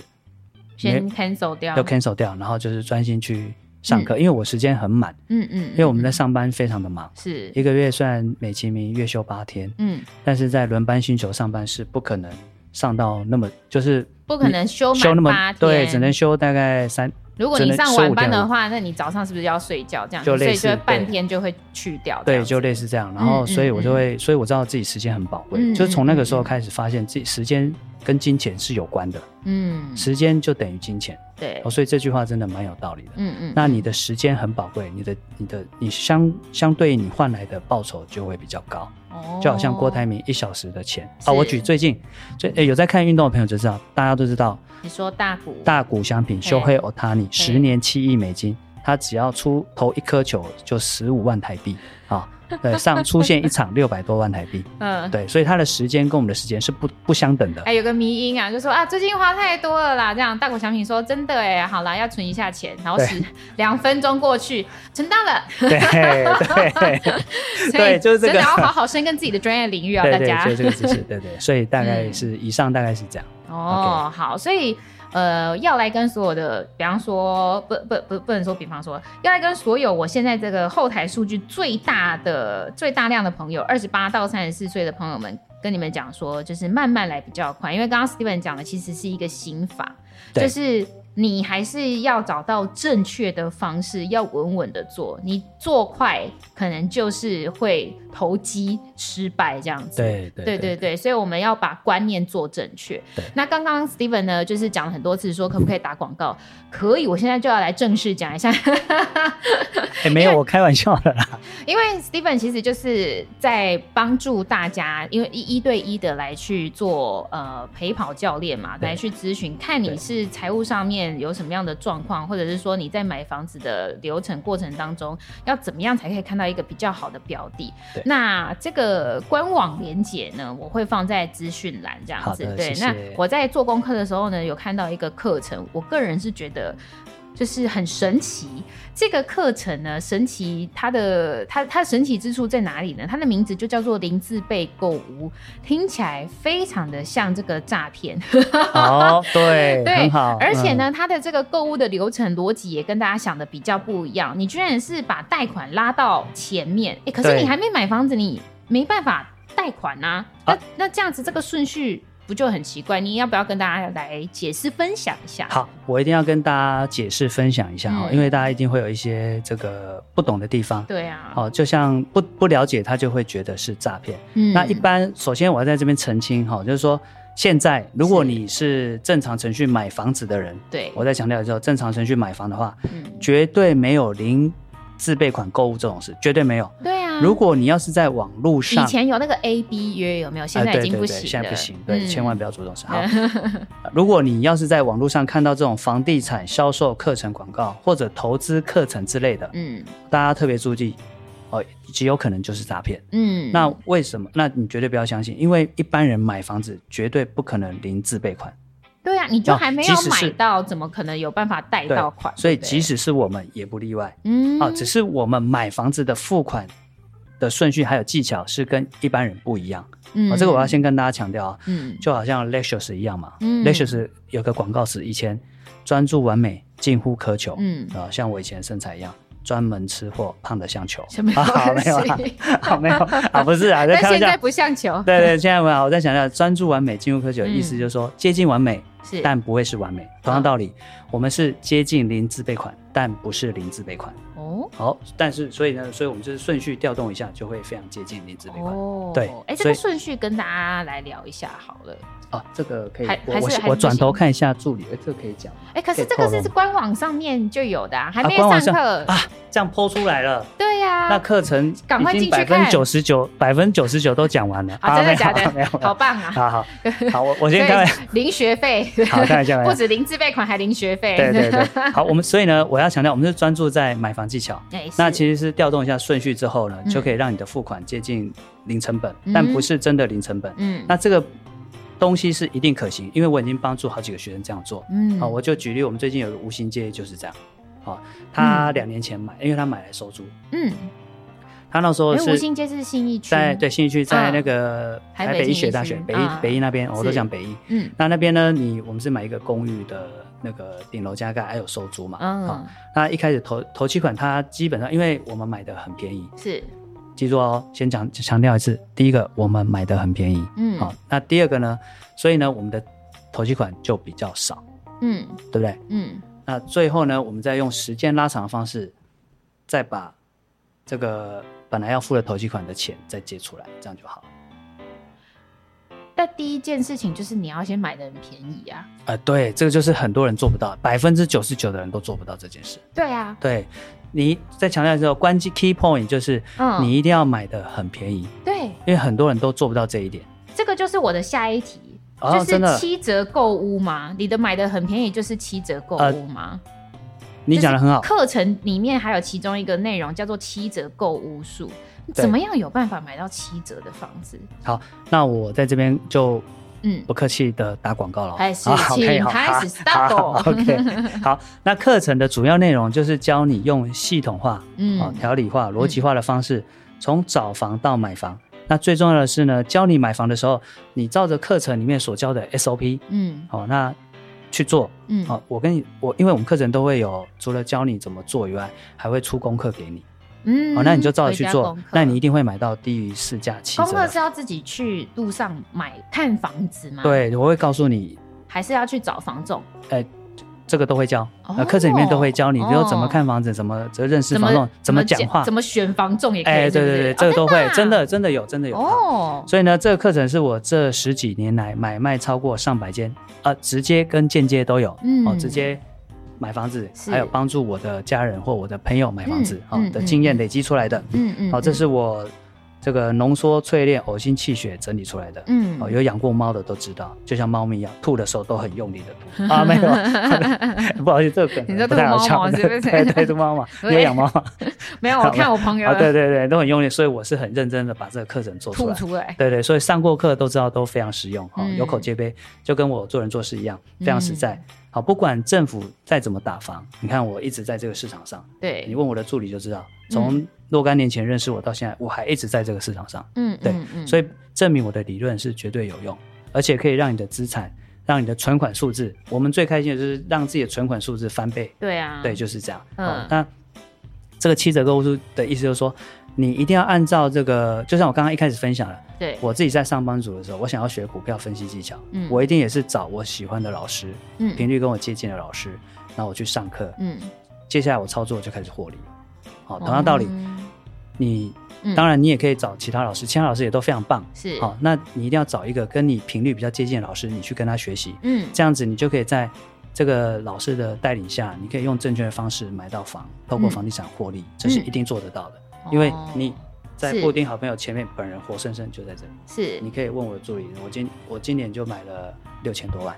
先 cancel 掉，
都 cancel 掉，然后就是专心去上课，因为我时间很满，
嗯嗯，
因为我们在
嗯
上班非常的忙，
是
一个月虽然美其名月休八天，
嗯，
但是在轮班星球上班是不可能上到那么就是
不可能休
休那
满
么
八天，
对，只能休大概三
如果
只
你
能
上
15
晚
天
班
而
的
已
话，那你早上是不是就要睡觉？这样，
就
所以
类似
就会半
对
天就会去掉这样子。
对，就类似这样。然后，
嗯
所以我就
嗯
会，所以我知道自己时间很宝贵，
嗯
就是从那个时
嗯
候
嗯
开始发现自己时间跟金钱是有关的，
嗯，
时间就等于金钱。
对
哦，，所以这句话真的蛮有道理的。
嗯嗯，
那你的时间很宝贵，你的你的你相相对你换来的报酬就会比较高，
哦
就好像郭台铭一小时的钱
是
啊。我举最近最诶有在看运动的朋友就知道，大家都知道
你说大股
大谷翔平修黑 Otani 十年七亿美金，他只要出投一颗球就十五万台币啊，对，上出现一场六百多万台 币，
嗯。
对，所以他的时间跟我们的时间是不不相等的
哎，。有个迷音啊，就说啊，最近花太多了啦，这样。大股小品说真的哎，好啦，要存一下钱，然后
对
十两分钟过去，存到了。
对对
所以
就是这个
真的要好好深耕自己的专业领域啊，
对
大
对，
家
所。以这个知识，对 对，所以大概
嗯
是以上大概是这样。
哦，好，所以呃，要来跟所有的，比方说，不不不，不能说，比方说，要来跟所有我现在这个后台数据最大的、最大量的朋友，二十八到三十四岁的朋友们，跟你们讲说，就是慢慢来比较快，因为刚刚 Steven 讲的其实是一个心法，
对
就是。你还是要找到正确的方式，要稳稳的做。你做快，可能就是会投机失败这样子。
对对
对对对，所以我们要把观念做正确
对。
那刚刚 Steven 呢，就是讲了很多次说可不可以打广告，可以。我现在就要来正式讲一下，
哎、没有，我开玩笑 的啦。
因为 Steven 其实就是在帮助大家，因为一一对一的来去做呃陪跑教练嘛，
对
来去咨询，看你
对
是财务上面有什么样的状况，或者是说你在买房子的流程过程当中，要怎么样才可以看到一个比较好的标的
对。
那这个官网连接呢，我会放在资讯栏这样
好
子
的。
对，
谢谢
那我在做功课的时候呢，有看到一个课程，我个人是觉得。就是很神奇，这个课程呢，神奇它的它它神奇之处在哪里呢？它的名字就叫做零字被购物，听起来非常的像这个诈骗。
哦， 对，
对
很好。
而且
嗯，
呢，它的这个购物的流程逻辑也跟大家想的比较不一样。你居然是把贷款拉到前面，诶可是
对
你还没买房子，你没办法贷款呐、
啊
那、那这样子这个顺序不就很奇怪？你要不要跟大家来解释分享一下？
好，我一定要跟大家解释分享一下哦，
嗯
因为大家一定会有一些这个不懂的地方。
对啊，
哦，就像不不了解，他就会觉得是诈骗。
嗯
那一般，首先我要在这边澄清哈、就是说，现在如果你是正常程序买房子的人，
对，
我再强调一下，正常程序买房的话，
嗯，
绝对没有零自备款购物这种事，绝对没有。
对啊，
如果你要是在网络上
以，前有那个 A B 约有没有？现在
哎
已经不行了，
对对对现在不行，对，
嗯
千万不要做这种 事。好，如果你要是在网络上看到这种房地产销售课程广告或者投资课程之类的，
嗯
大家特别注意哦，极有可能就是诈骗。
嗯，
那为什么？那你绝对不要相信，因为一般人买房子绝对不可能零自备款，
对啊，你就
哦
还没
即
有
使是
买到，怎么可能有办法贷
对
到款？
所以
对不对
即使是我们也不例外
嗯
啊。只是我们买房子的付款的顺序还有技巧是跟一般人不一样
嗯
啊。这个我要先跟大家强调啊，
嗯
就好像 Lexus 一样嘛、
嗯
l e x u s 有个广告词，以前专注完美，近乎苛求，
嗯
啊、像我以前的身材一样，专门吃货，胖得 像球，
什么
啊，好没有
东
啊
西，
好没有 啊，不是啊，在
但
开玩
现
笑
在。不像球，
对对，现在我我在想一下，专注完美，近乎苛求，
嗯
意思就是说接近完美，
是
但不会是完美。同样道理，我们是接近零自备款，但不是零自备款。
哦
好，但是所以呢，所以我们就是顺序调动一下，就会非常接近零自备款。
哦，
对
哎，这
所
个
以
顺序跟大家来聊一下好了。
啊，这个可以
还，
我
还是还是
我
不
我转头
行
看一下助理，哎，这个可以讲吗。
哎，可是这
可以
个
透露
是官网上面就有的啊，还没
啊官网
上
上
课
啊，这样剖出来了，
对
那
呀，
课程
啊赶快
已经
进去
百
看
分之九十九、百分之九十九都讲完了
啊，真的假
没有没有
的？
没
好
有，
棒啊！
好好好，我我先开玩笑，
对零学费，
好开玩笑，开
不
玩笑。
止零自备款，还零学费。
哎 对对对，好，我们所以呢，我要强调，我们是专注在买房技巧。
哎，
那
是
其实是调动一下顺序之后呢，
嗯
就可以让你的付款接近零成本，
嗯
但不是真的零成本。
嗯
那这个东西是一定可行，因为我已经帮助好几个学生这样做。
嗯
好，我就举例，我们最近有个无形街就是这样。好，他两年前买，因为他买来收租，
嗯，
他那时候
因哎为吴
是
兴街是信义区，
在对新义区，在
嗯
那个
台
台
北
北
信
医
义
学大学
区
北医
嗯
北医那边，哦我都
是
讲北医。
嗯
那那边呢，你我们是买一个公寓的那个顶楼加盖，还有收租嘛。好
嗯，
那一开始投投期款，它基本上因为我们买的很便宜，
是
记住哦，先讲强调一次，第一个我们买的很便宜，
嗯
好，那第二个呢，所以呢我们的投期款就比较少，
嗯
对不对？
嗯
那最后呢，我们再用时间拉长的方式，再把这个本来要付的投机款的钱再借出来，这样就好。
但第一件事情就是你要先买的很便宜啊。
呃，对，这个就是很多人做不到，百分之九十九的人都做不到这件事。
对啊，
对，你再强调一次，关键 key point 就是
嗯
你一定要买的很便宜，
对，
因为很多人都做不到这一点。
这个就是我的下一题。
哦
就
真
是
的
七折购物吗？你的买的很便宜，就是七折购物吗？
你讲的很呃好，
课程里面还有其中一个内容叫做七折购物术，
对
怎么样有办法买到七折的房子？
那我在这边就
嗯，
不客气的打广告了哦。
哎是
好好
请
可以好
开始
好
start 哦
好好 OK，好，那课程的主要内容就是教你用系统化、
嗯
哦条理化、逻辑化的方式，从找房到买房。那最重要的是呢，教你买房的时候，你照着课程里面所教的 SOP，
嗯
好、哦，那去做。
嗯，
好、我跟你我，因为我们课程都会有，除了教你怎么做以外，还会出功课给你。哦
嗯
好、那你就照着去
回家
做
功课，
那你一定会买到低于市价七
功
折啊
课
的
是。要自己去路上买看房子吗？，
对，我会告诉你
还是要去找房仲？
这个都会教，
哦
呃，课程里面都会教你，
哦
你要怎么看房子，怎么怎么认识房仲，怎么讲话
怎，么选房仲也可以。
哎，对
是不
对
是
对，这个都会
哦，
真
真
的
的
真的有，真的有。
哦，
所以呢，这个课程是我这十几年来买卖超过上百间，呃，直接跟间接都有，
嗯
哦，直接买房子，
是
还有帮助我的家人或我的朋友买房子，
嗯
哦
嗯
的
嗯
经验
嗯
累积出来的。哦
嗯嗯，
好，这
嗯
是我这个浓缩淬炼呕心气血整理出来的。
嗯
哦，有养过猫的都知道，就像猫咪一样，吐的时候都很用力 的吐啊，没有， 不好意思，这个
你
梗
说
不太好
吐猫
笑
毛是不是
对对，吐猫嘛，
对
你有养猫嘛？
没有，我看我朋友
啊，对对对，都很用力，所以我是很认真的把这个课程做出
吐
来。
出来。
对对，所以上过课都知道都非常实用哈、哦
嗯
有口皆碑，就跟我做人做事一样，非常实在。
嗯
好，不管政府再怎么打房，你看我一直在这个市场上，你
对，嗯
问我的助理就知道，从若干年前认识我到现在，我还一直在这个市场上，
嗯，
对
嗯嗯
所以证明我的理论是绝对有用，而且可以让你的资产、让你的存款数字，我们最开心的就是让自己的存款数字翻倍，
对啊，
对，就是这样。
嗯
好那这个七折购物书的意思就是说，你一定要按照这个，就像我刚刚一开始分享了，
对，
我自己在上班族的时候，我想要学股票分析技巧，
嗯
我一定也是找我喜欢的老师，
嗯
频率跟我接近的老师，然后我去上课，
嗯，
接下来我操作就开始获利。好，同样道理，
嗯
你
嗯
当然你也可以找其他老师，其他老师也都非常棒。
是，
好，那你一定要找一个跟你频率比较接近的老师，你去跟他学习，
嗯，
这样子你就可以在这个老师的带领下，你可以用正确的方式买到房，透过
嗯
房地产获利，这是一定做得到的，
哦
因为你。在
是
布丁好朋友前面，本人活生生就在这里。
是
你可以问我的助理，我今我今年就买了六千多万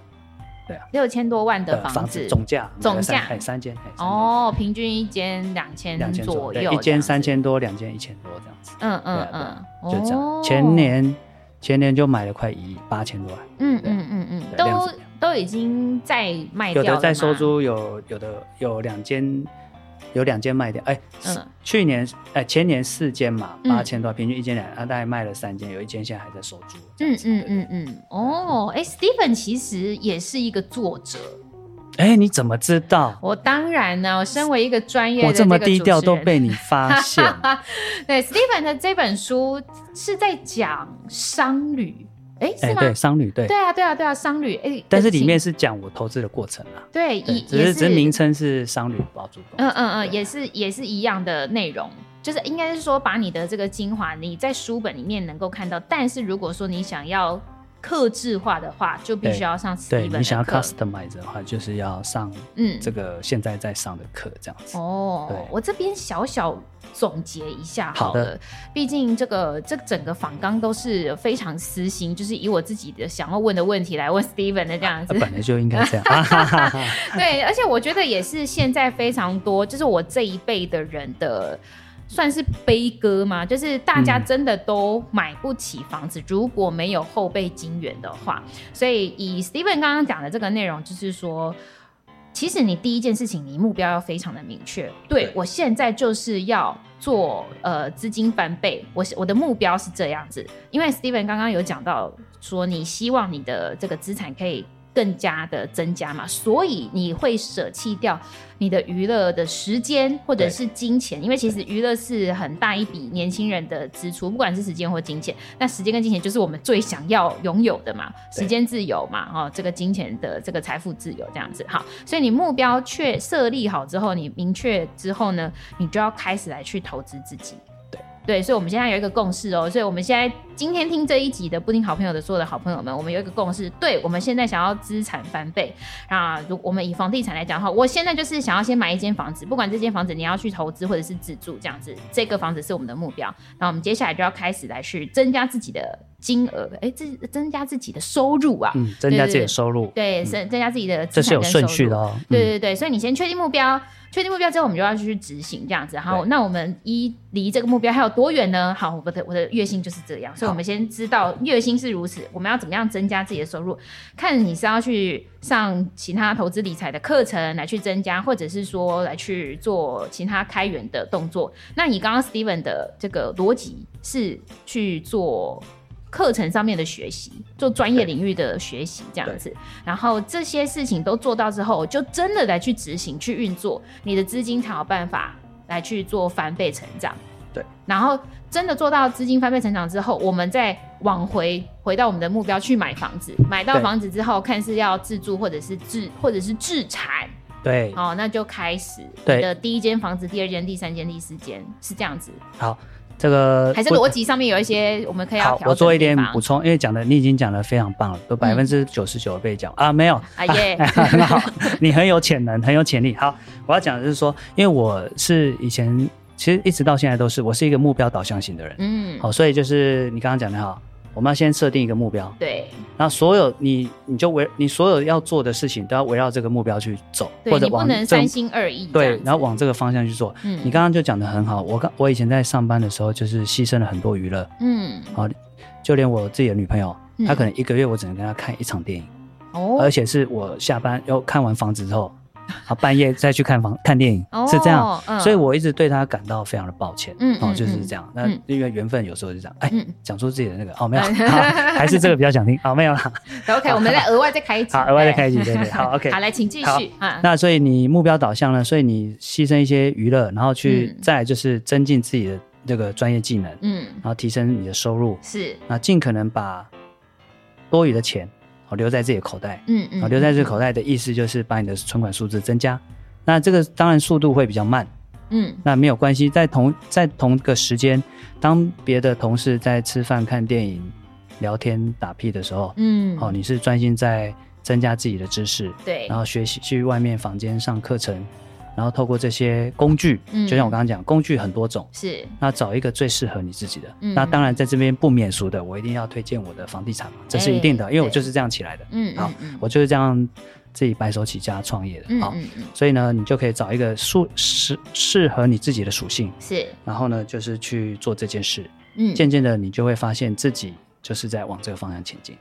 六千多万
的
的
房
子，
总价买了
总
三
价
哎三间哎三间
哦，平均一间两千
两千
左
左
右，
右，一间
这样
三
子，
千多，两间一千多这样子，
嗯嗯
对
嗯
啊，就这样。
哦
前，年前年就买了快一亿八千多万，
嗯
对啊
嗯嗯嗯，
对
都
量子
都已经在卖
有
掉
的
了
在收
吗，
租，有有的有两间，有两间卖掉。哎，是
嗯
去年哎前年四间嘛，
嗯
八千多，平均一间两，啊大概卖了三间，有一间现在还在收租。这样
嗯
子
嗯，嗯嗯，哦，哎，Stephen 其实也是一个作者，
对哎，你怎么知道？
我当然呢，我身为一个专业的
我这么
个
低
主
调
持
都
人
被你发现， 哎
对，Stephen 的这本书是在讲商旅，哎，是
哎，
吗？
对，商旅对
对，啊，对啊，对啊，商旅，哎，
但是里面
情
是讲我投资的过程啊，
对，
对，
也
只
也
是只是名称是商旅包租公
嗯
司，
嗯嗯，
对啊
也是也是一样的内容。就是应该是说，把你的这个精华你在书本里面能够看到，但是如果说你想要克制化的话，就必
对
须要上 Steven
对
的
你想要
课
customize 的话，就是要上
嗯，
这个现在在上的课这样子。对
哦，我这边小小总结一下
好
好
的
了，毕竟这个这整个访纲都是非常私心，就是以我自己的想要问的问题来问 Steven 的这样子
啊。本来就应该 这样，哈哈哈哈
对，而且我觉得也是现在非常多，就是我这一辈的人的。算是悲歌嘛，就是大家
嗯
真的都买不起房子，如果没有后备金源的话，所以以 Steven 刚刚讲的这个内容，就是说，其实你第一件事情，你目标要非常的明确。对
对
我现在就是要做呃资金翻倍，我是我的目标是这样子。因为 Steven 刚刚有讲到说，你希望你的这个资产可以更加的增加嘛，所以你会舍弃掉你的娱乐的时间或者是金钱，因为其实娱乐是很大一笔年轻人的支出，不管是时间或金钱。那时间跟金钱就是我们最想要拥有的嘛，
对
时间自由嘛，哦，这个金钱的这个财富自由这样子。好，所以你目标确设立好之后，你明确之后呢，你就要开始来去投资自己。对，所以我们现在有一个共识哦，所以我们现在今天听这一集的布丁好朋友的所有的好朋友们，我们有一个共识，对我们现在想要资产翻倍，啊，如我们以房地产来讲的话，我现在就是想要先买一间房子，不管这间房子你要去投资或者是自住这样子，这个房子是我们的目标，那我们接下来就要开始来去增加自己的金额，哎，自增加自己的收入啊，
嗯，增加自己的收入，
对，增增加自己的资
这是
产
有
跟收入
顺序的哦。
对
嗯，
对对，所以你先确定目标，确定目标之后，我们就要去执行这样子。好，
对
那我们一离这个目标还有多远呢？好，我的我的月薪就是这样，所以我们先知道月薪是如此，我们要怎么样增加自己的收入？看你是要去上其他投资理财的课程来去增加，或者是说来去做其他开源的动作。那你刚刚 Steven 的这个逻辑是去做。课程上面的学习，做专业领域的学习这样子，然后这些事情都做到之后，就真的来去执行、去运作，你的资金才有办法来去做翻倍成长。
对，
然后真的做到资金翻倍成长之后，我们再往回回到我们的目标去买房子，买到
对
房子之后，看是要自住或者是自或者是自产，
对，
哦，那就开始
对
你的第一间房子、第二间、第三间、第四间是这样子，
好，这个
还是
我
逻辑上面有一些我们可以要
好
调，整
我做
的
一
地
点
方嗯
补充，因为讲的你已经讲的非常棒了，有百分之九十九被讲啊，没有，
啊 耶
很好，你很有潜能，很有潜力。好，我要讲的是说，因为我是以前其实一直到现在都是，我是一个目标导向型的人，
嗯，
好、所以就是你刚刚讲的哈，我们要先设定一个目标，
对，
那所有你你就围你所有要做的事情都要围绕这个目标去走，
对
或者
你不
往
能
这
三
个
心二意这样
对
子，，
然后往这个方向去做。
嗯
你刚刚就讲的很好，我刚我以前在上班的时候就是牺牲了很多娱乐，
嗯
就连我自己的女朋友，
嗯
她可能一个月我只能跟她看一场电影，
哦
而且是我下班要看完房子之后，啊半夜再去看房看电影，呃是这样。，
哦嗯
所以我一直对她感到非常的抱歉，
嗯
哦
嗯
就是这样。那
嗯
因为缘分有时候就这样，哎，
嗯
讲出自己的那个哦没 有，
嗯
好还是这个比较想听哦没有啦，
，OK，我们再额外再开一集，
好额外再
对
开一集 对对好 OK
好，来，请继
好
续啊，
那所以你目标导向呢，所以你牺牲一些娱乐，然后去
嗯
再来就是增进自己的这个专业技能，
嗯
然，后提升你的收入，
是，
那尽可能把多余的钱哦留在自己的口袋。
嗯嗯，
啊，留在
嗯
这个口袋的意思就是把你的存款数字增加。那这个当然速度会比较慢，
嗯
那没有关系，在同在同个时间，当别的同事在吃饭、看电影、聊天、打屁的时候，
嗯，
哦，你是专心在增加自己的知识，
对，
然后学习去外面房间上课程，然后透过这些工具，
嗯
就像我刚刚讲，工具很多种。
是，
那找一个最适合你自己的。
嗯
那当然，在这边不免俗的，我一定要推荐我的房地产嘛，这是一定的，
哎
因为我
对
就是这样起来的。
嗯，
好
嗯，嗯
我就是这样自己白手起家创业的。
嗯
好，
嗯嗯，
所以呢，你就可以找一个属适适合你自己的属性，
是，
然后呢，就是去做这件事。
嗯，
渐渐的，你就会发现自己就是在往这个方向前进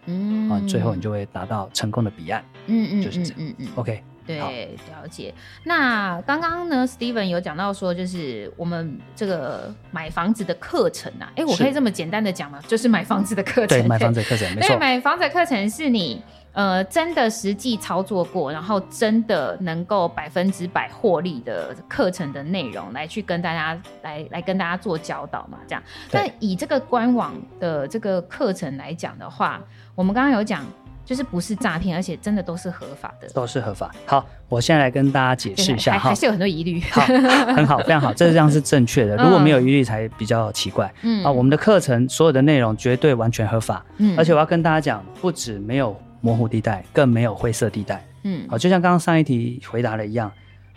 啊，
嗯，
最后你就会达到成功的彼岸。
嗯，嗯嗯，
就是这
嗯嗯嗯
OK，好
对，了解。那刚刚呢，Steven 有讲到说，就是我们这个买房子的课程啊，哎，我
是
可以这么简单的讲吗？就是买房子的课程，
对，买房子的课程没
对，
错，
买房子的课程是你呃真的实际操作过，然后真的能够百分之百获利的课程的内容，来去跟大家来来跟大家做教导嘛，这样。
对
那以这个官网的这个课程来讲的话，我们刚刚有讲，就是不是诈骗，而且真的都是合法的，
都是合法。好，我现在来跟大家解释一
还
下
还
哈
还。是有很多 疑虑。
好，很好，非 常好，这样是正确的。如果没有疑虑，才比较奇怪
嗯
啊。我们的课程所有的内容绝对完全合法，
嗯
而且我要跟大家讲，不止没有模糊地带，更没有灰色地带。
嗯
好，就像刚刚上一题回答的一样，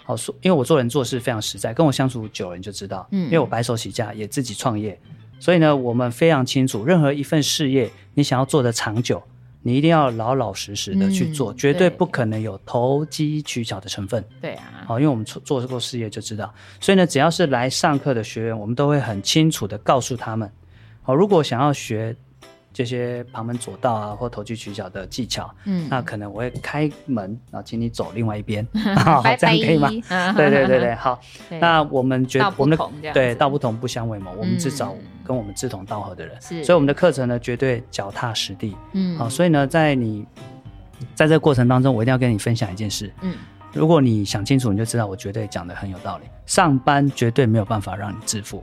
好说，因为我做人做事非常实在，跟我相处久了你就知道，
嗯
因为我白手起家，也自己创业，所以呢，我们非常清楚，任何一份事业你想要做的长久，你一定要老老实实的去做，
嗯
绝
对
对不可能有投机取巧的成分。
对啊，
好，因为我们做做过事业就知道，所以呢，只要是来上课的学员，我们都会很清楚的告诉他们，好，如果想要学这些旁门左道啊或投机取巧的技巧，
嗯
那可能我会开门，然后请你走另外 一边，
拜拜，
这样可以吗？ 对对对对，好，
对
那我们觉
道
得
不
我们的
同这样子
对道不同不相为谋，我们只找
嗯
跟我们志同道合的人，
是
所以我们的课程呢绝对脚踏实地，
嗯
好，所以呢，在你在这个过程当中，我一定要跟你分享一件事。
嗯，
如果你想清楚，你就知道我绝对讲的很有道理。上班绝对没有办法让你致富，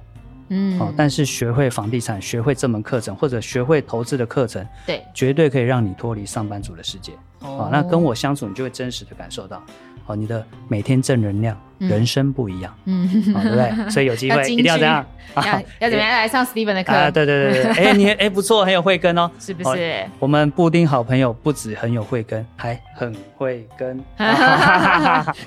嗯，
哦，但是学会房地产，学会这门课程，或者学会投资的课程，
对，
绝对可以让你脱离上班族的世界。哦，那跟，我相处，你就会真实的感受到，哦，你的每天正能量，
嗯
人生不一样，
嗯，
哦，对不 对？所以有机
要
会
金
一定要
句
这样
要 要怎么样来上 Steven 的课？
啊！对对对对， 哎，你哎不错，很有慧根哦。
是不是？
我们布丁好朋友不止很有慧根，还很会 跟。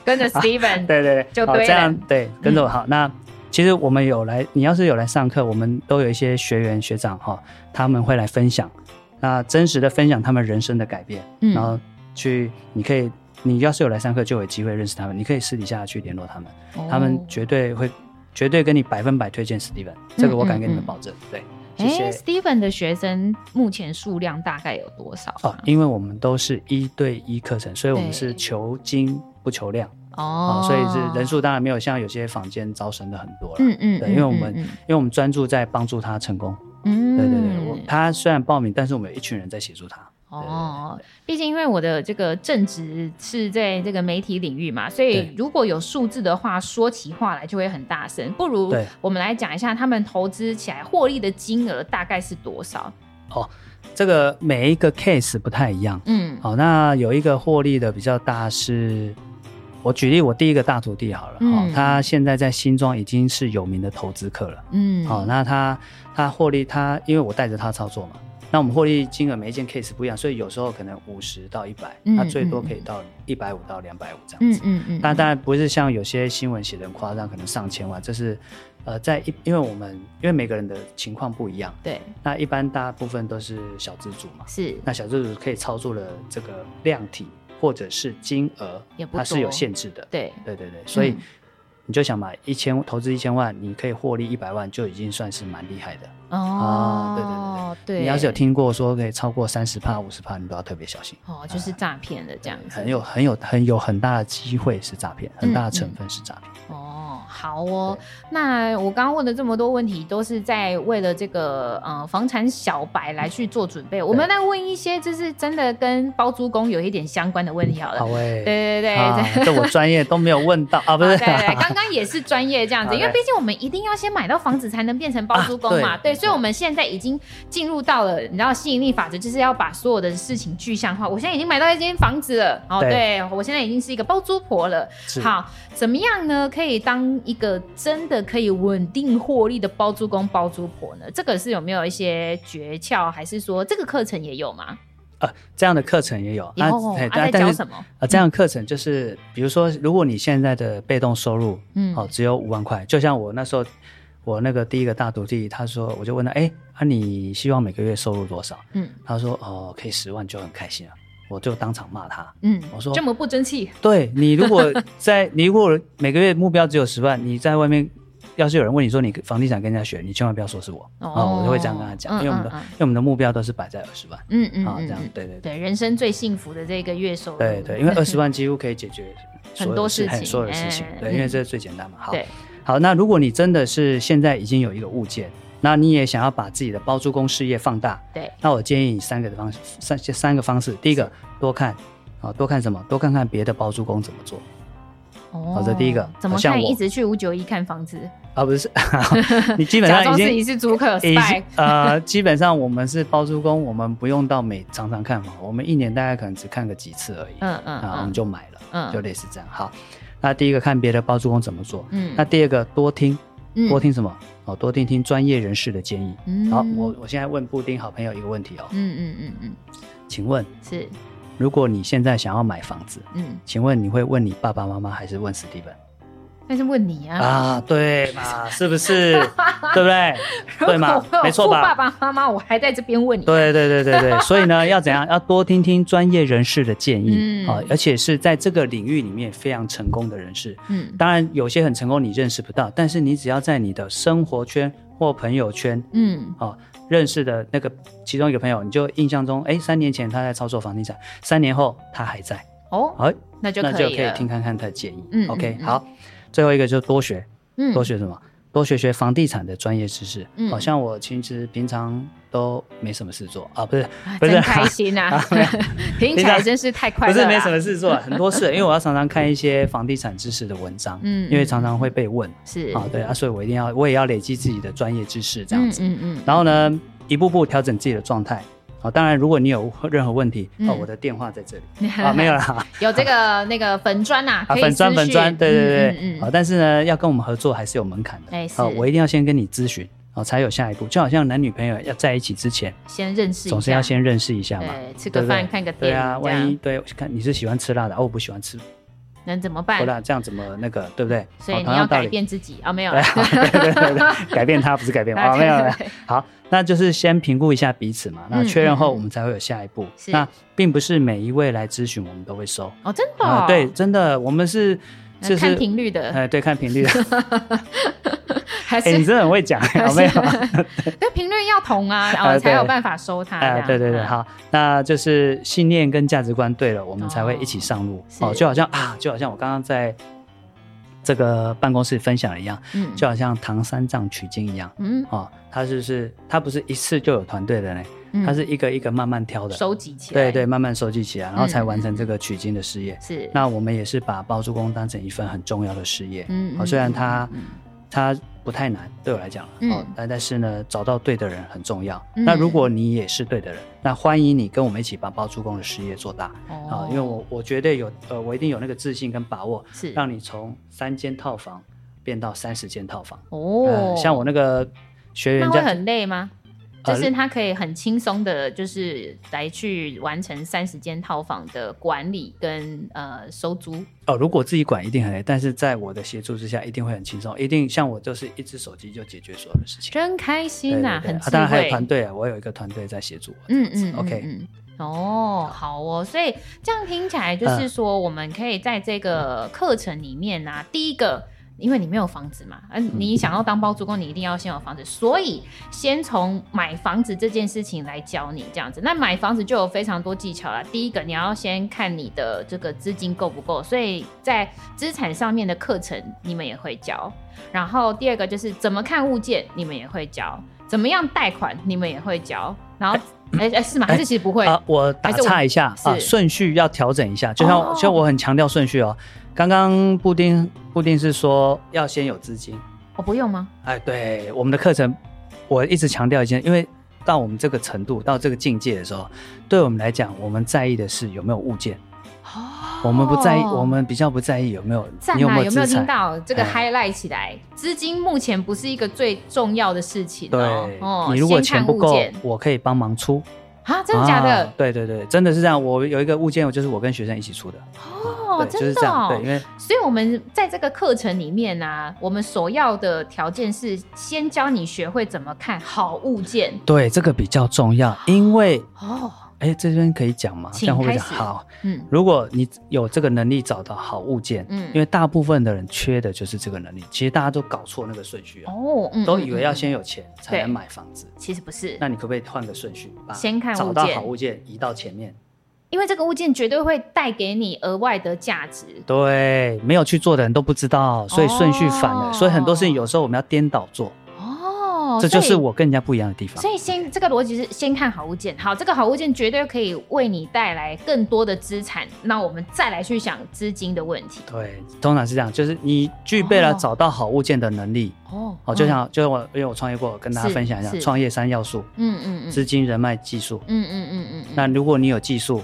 跟着 Steven，
啊对对对，
就
好
对了嗯
这样对，跟着我好。那其实我们有来，你要是有来上课，我们都有一些学员学长哈、他们会来分享，那真实的分享他们人生的改变，
嗯
然后去你可以，你要是有来上课，就有机会认识他们，你可以私底下去联络他们，他们
哦
绝对会。绝对跟你百分百推荐 Steven，这个我敢
嗯
给你们
嗯
保证。对，谢
哎
谢。
，Steven 的学生目前数量大概有多少
哦
啊？，
因为我们都是一对一课程，所以我们
对
是求精不求量啊、
哦
所以是人数，当然没有像有些坊间招生的很多了。
嗯嗯，
对因为我们
嗯
因为我们专注在帮助他成功。
嗯，
对对对，
嗯
我他虽然报名，但是我们有一群人在协助他。
哦，毕竟因为我的这个正职是在这个媒体领域嘛，所以
对
如果有数字的话，说起话来就会很大声。不如
对
我们来讲一下他们投资起来获利的金额大概是多少？
这个每一个 case 不太一样。
嗯，
好，那有一个获利的比较大是，我举例我第一个大徒弟好了，
嗯
哦，他现在在新庄已经是有名的投资客了。
嗯，
好、那他他获利他，因为我带着他操作嘛，那我们获利金额每一件 case 不一样，所以有时候可能五十到一百、
嗯
0那最多可以到一百五到两百五这样
嗯
子。
嗯嗯，
那当然不是像有些新闻写的夸张，可能上千万，这是呃在一因为我们因为每个人的情况不一样，
对，
那一般大部分都是小资主嘛，
是
那小资主可以操作的这个量体或者是金额
也，不
它是有
多
限制的。
对，
对对对，所以
嗯
你就想嘛，一千投资一千万，你可以获利一百万，就已经算是蛮厉害的。
哦
啊，
对对对，
你要是有听过说可以超过三十帕、五十帕，你都要特别小心，
哦，就是诈骗的这样子，
很有很有很有很大的机会是诈骗，
嗯
很大的成分是诈骗。
哦，好哦。那我刚刚问的这么多问题，都是在为了这个呃房产小白来去做准备。我们来问一些，就是真的跟包租公有一点相关的问题好了。
好诶、
呃对对对
啊
对。，
这我专业都没有问到啊，不
啊，
是、
对对，对刚刚也是专业这样子，
好
因为毕竟我们一定要先买到房子才能变成包租公嘛，
啊
对
对
所以我们现在已经进入到了，你知道吸引力法则就是要把所有的事情具象化。我现在已经买到一间房子了，哦，
对
对我现在已经是一个包租婆了，
是
好，怎么样呢？可以当一个真的可以稳定获利的包租公、包租婆呢？这个是有没有一些诀窍，还是说这个课程也有吗？
呃，这样的课程也有。
以后
嘿
啊在
但
教
是
什么？嗯
啊，这样的课程就是，比如说，如果你现在的被动收入，
嗯
哦，只有五万块，就像我那时候，我那个第一个大徒弟，他说，我就问他，哎、啊，你希望每个月收入多少？
嗯
他说，哦，可以十万就很开心了，我就当场骂他。
嗯，
我说
这么不争气，
对你，如果在你如果每个月目标只有十万，你在外面，要是有人问你说你房地产跟人家学，你千万不要说是我啊、
哦
我就会这样跟他讲，
嗯
因为我们的、
嗯嗯
因为我们的目标都是摆在二十万啊、
嗯嗯嗯
这样
嗯，
对对对
对，人生最幸福的这个月收入，
对对，因为二十万几乎可以解决所有
很多
的事
事情
嘿所有的事情
哎，
对，因为这是最简单嘛。好，
对，
好，那如果你真的是现在已经有一个物件，那你也想要把自己的包租公事业放大，
对，
那我建议你三个的方式，三三个方式。第一个，多看啊，多看什么？多看看别的包租公怎么做
哦
这第一个
怎么
好像
看？
我
一直去五九一看房子，
啊，不是， 你基本
假
上
装
已
自
经
己。是租客
已经
，spy，
呃，基本上我们是包租公，我们不用到每常常看房，我们一年大概可能只看个几次而已，
嗯嗯
啊，我
嗯
们就买了，
嗯
就类似这样。好，那第一个看别的包租公怎么做，
嗯
那第二个多听，
嗯
多听什么？哦，多听听专业人士的建议。
嗯
好，我我现在问布丁好朋友一个问题哦，
嗯嗯嗯嗯，
请问
是，
如果你现在想要买房子，
嗯，
请问你会问你爸爸妈妈还是问史蒂芬
但是问你啊，
啊？对嘛，是 不是？对不对？对嘛
如果我有
没错吧
富爸爸妈妈，我还在这边问你。啊
对对对对 对，所以呢，要怎样？要多听听专业人士的建议
嗯
啊、而且是在这个领域里面非常成功的人士。
嗯
当然，有些很成功你认识不到，但是你只要在你的生活圈或朋友圈
嗯，
哦，认识的那个其中一个朋友，你就印象中，哎，三年前他在操作房地产，三年后他还在，
哦，
哎，
那就
那
可
就
以
可以
了。
听看看他的建议。
嗯
OK，
嗯嗯
好，最后一个就是多学，
嗯
多学什么？多学学房地产的专业知识。
嗯
好像我其实平常都没什么事做啊，不是
啊
不是
真开心啊
啊没有！
听起来真是太快乐
不
了
是
啊。
没什么事做，很多事，因为我要常常看一些房地产知识的文章，
嗯，嗯，
因为常常会被问
是
啊，对啊，所以我一定要我也要累积自己的专业知识这样子。
嗯嗯嗯，
然后呢，一步步调整自己的状态。好，当然如果你有任何问题，
嗯
哦，我的电话 在这里啊，没有啦，
有这个那个粉砖呐，
啊，
可以
粉砖
私
粉
讯
砖，对对对，
嗯嗯
好，
嗯，
但是呢，要跟我们合作还是有门槛的，
哎
好
是
我一定要先跟你咨询，哦，才有下一步，就好像男女朋友要在一起之前，
先认识一下，
总是要先认识一下嘛，
对吃
对
个
不
饭
对
看个电
对
影，
啊，
这
万一
样
对，看你是喜欢吃辣的，哦，我不喜欢吃
能怎么办
不？辣，这样怎么那个，对不对？
嗯所以
哦
你
同
要
样道
改
理，
变自己啊，没有
对
啦，
啊，对对对 对，改变他不是改变我，
啊
啊，没有没有。
对
好，那就是先评估一下彼此嘛，那
嗯
确认后
嗯嗯
我们才会有下一步。
是
那并不是每一位来咨询我们都会收
哦，真的哦
啊、对，，真的，我们是
那
就
看
是
频率的
呃，对，看频率的。
还
哎、你
是
真的很会讲，有没有？
啊对频率要同 啊，然
呃
后才有
对
办法收它。这
哎，
样啊
对对对，，好，那就是信念跟价值观对了，我们才会
哦
一起上路。
是
哦，就好像啊，就好像我刚刚在这个办公室分享的一样，
嗯，
就好像唐三藏取经一样。
嗯
哦，他就是他不是一次就有团队的呢，
嗯，
他是一个一个慢慢挑的，
收集起来，
对对，慢慢收集起来，然后才
嗯
完成这个取经的事业。
是，
那我们也是把包租公当成一份很重要的事业。
嗯
哦，
嗯
虽然
嗯
它
嗯
它不太难，对我来讲，
嗯
哦，但但是呢，找到对的人很重要。
嗯
那如果你也是对的人，那欢迎你跟我们一起把包租公的事业做大啊、
哦，
因为我我绝对有呃，我一定有那个自信跟把握，
是
让你从三间套房变到三十间套房。
哦
呃，像我那个学
那
员
会
这样，
很累吗？就
呃
是他可以很轻松的，就是来去完成三十间套房的管理跟呃收租，
哦，如果自己管一定很累，但是在我的协助之下，一定会很轻松，一定像我就是一只手机就解决所有的事情。
真开心呐、
对对对
很
啊
智
当然还有
慧。
团队啊，我有一个团队在协助我。
嗯嗯嗯
OK
嗯哦，好哦，所以这样听起来
嗯
就是说，我们可以在这个课程里面呢、啊，第一个。因为你没有房子嘛，嗯、你想要当包租公，你一定要先有房子，所以先从买房子这件事情来教你这样子。那买房子就有非常多技巧啦。第一个，你要先看你的这个资金够不够，所以在资产上面的课程你们也会教。然后第二个就是怎么看物件，你们也会教；怎么样贷款，你们也会教。然后，哎哎，是吗？还是其实不会？
啊，我打
还是我
岔一下啊，
是
顺序要调整一下，就像、
哦
像我很强调顺序哦。刚刚布丁布丁是说要先有资金，
我不用吗？
哎，对，我们的课程我一直强调一件，因为到我们这个程度到这个境界的时候，对我们来讲，我们在意的是有没有物件，
哦
我们不在意，我们比较不在意有没有
赞
你有
啊！
没
有没
资
有听
产。
到这个
哎
highlight 起来？资金目前不是一个最重要的事情
对
哦。哦，
你如果
先
钱
看
不
物
够
件，
我可以帮忙出。
啊，真的假的
啊？对对对，真的是这样。我有一个物件，就是我跟学生一起出的。啊
哦，
对，就
真
是
的
这
哦
样。对，。因为
所以，我们在这个课程里面呢、啊，我们所要的条件是先教你学会怎么看好物件
对这个比较重要，因为
哦。
哎，这边可以讲吗？这
请
样会不会
开
讲
始
好？
嗯
如果你有这个能力找到好物件，
嗯
因为大部分的人缺的就是这个能力。其实大家都搞错那个顺序啊，
哦，嗯
都以为
嗯
要
嗯
先有钱才
对
能买房子。
其实不是，
那你可不可以换个顺序，把
先看
找
物
到
件
好物件移到前面？
因为这个物件绝对会带给你额外的价值。
对，没有去做的人都不知道，所以顺序反了。
哦
所以很多事情有时候我们要颠倒做，
哦，
这就是
所以。
我跟人家不一样的地方。
所以先这个逻辑是先看好物件，好，这个好物件绝对可以为你带来更多的资产，那我们再来去想资金的问题。
对，通常是这样，就是你具备了
哦
找到好物件的能力。
哦
哦，就像就是我，因为我创业过，跟大家
是
分享一下
是
创业三要素：
嗯嗯嗯
资金、人脉、技术。
嗯嗯嗯嗯，嗯
那如果你有技术，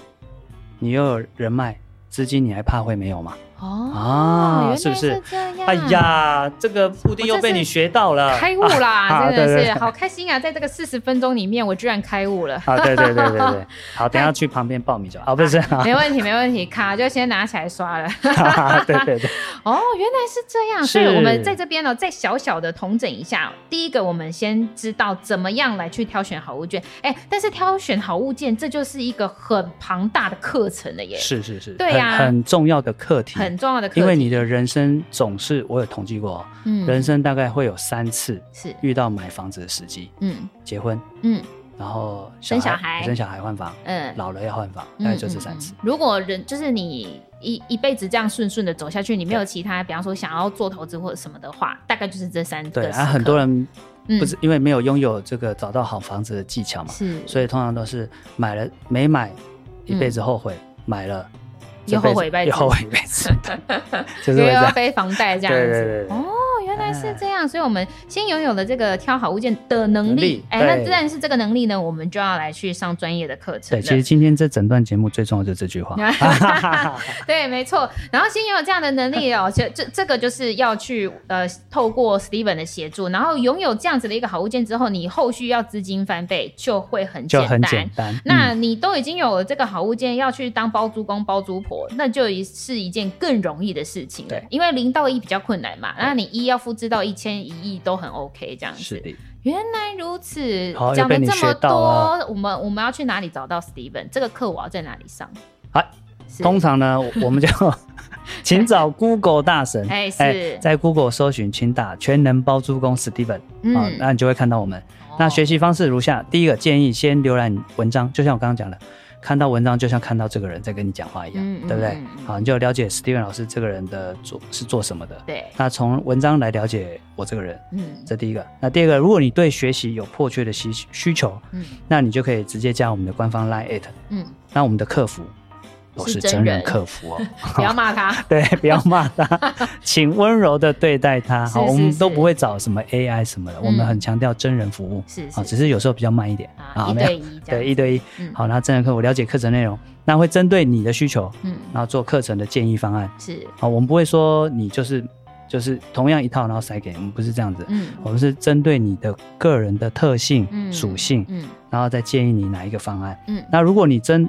你又有人脉、资金，你还怕会没有吗？啊
哦原来
是不是
是这样？
哎。呀，这个布丁又被你学到了，
开悟啦，
啊啊
真的是
对 对对
好开心啊！在这个四十分钟里面，我居然开悟了。
啊！对对对对对，好，等一下去旁边报名就 好，啊不是？
没问题，没问题，卡就先拿起来刷了。
对 对对，
哦，原来是这样，
是
所以我们在这边哦呢、再小小的统整一下。第一个，我们先知道怎么样来去挑选好物件。哎，但是挑选好物件，这就是一个很庞大的课程了耶，
是是是，
对呀
很很重要的课题，
很重要的课程。
因为你的人生总是，我有统计过哦，
嗯
人生大概会有三次
是
遇到买房子的时机：
嗯
结婚、
嗯
然后
生小孩
生小孩换房，
嗯
老了要换房，
嗯
大概就这
嗯
三
嗯
次。
如果人就是你一一辈子这样顺顺的走下去，你没有其他，比方说想要做投资或者什么的话，大概就是这三个
对，
时刻。
啊，很多人
嗯
不是、因为没有拥有这个找到好房子的技巧嘛，
是
所以通常都是买了没买，一辈子后悔；买了
嗯又
这辈子
后悔一辈子
又后悔一辈 子，就是
又
会这
要
样。
背房贷这
对
样子。
对对对，啊
哦，原来是这样，所以我们先拥有了这个挑好物件的能
能
力
力，
哎，
对
那但是这个能力呢，我们就要来去上专业的课程
对，
了。
其实今天这整段节目最重要就是这句话。
对，没错。然后先拥有这样的能力哦，这这这个就是要去呃，透过 Steven 的协助，然后拥有这样子的一个好物件之后，你后续要资金翻倍就会很
就
简
很
单
简。单。
那
嗯
你都已经有了这个好物件，要去当包租公、包租婆，那就是一件更容易的事情了
对。
因为零到一比较困难嘛，那你一要复制到一千、一亿都很 OK 这样子。
是的，
原来如此，
好
讲了
又被你
这么
学到
多
了，
我们我们要去哪里找到 Steven？这个课我要在哪里上？
好
是，
通常呢，我我们就 请找 Google 大神，
哎是
在 Google 搜寻，请打“全能包租公 Steven”，啊，
嗯
那你就会看到我们。
哦
那学习方式如下：第一个建议，先浏览文章，就像我刚刚讲的，看到文章就像看到这个人在跟你讲话一样，
嗯嗯
对不对
嗯嗯？
好，你就了解 Steven 老师这个人的做是做什么的。
对，
那从文章来了解我这个人，
嗯
这第一个。那第二个，如果你对学习有迫切的需需求，
嗯
那你就可以直接加我们的官方 Line at，
嗯，
那我们的客服都
是
是
真
真人
人
客服哦。
不要骂他，
对，不要骂他， 请温柔的对待他。好，
是是
我们
是嗯
都不会找什么 AI 什么的，我们很强调真人服务。
是
啊，只
是
是有时候比较慢一点
啊，一
没有
对一这
对
样，
一对一。
嗯
好，那真人课我了解课程内容，那会针对你的需求，
嗯
然后做课程的建议方案。
是
好，我们不会说你就是就是同样一套然后塞给你，我们不是这样子。
嗯
我们是针对你的个人的特性、
嗯
属性，
嗯
然后再建议你哪一个方案。
嗯
那如果你真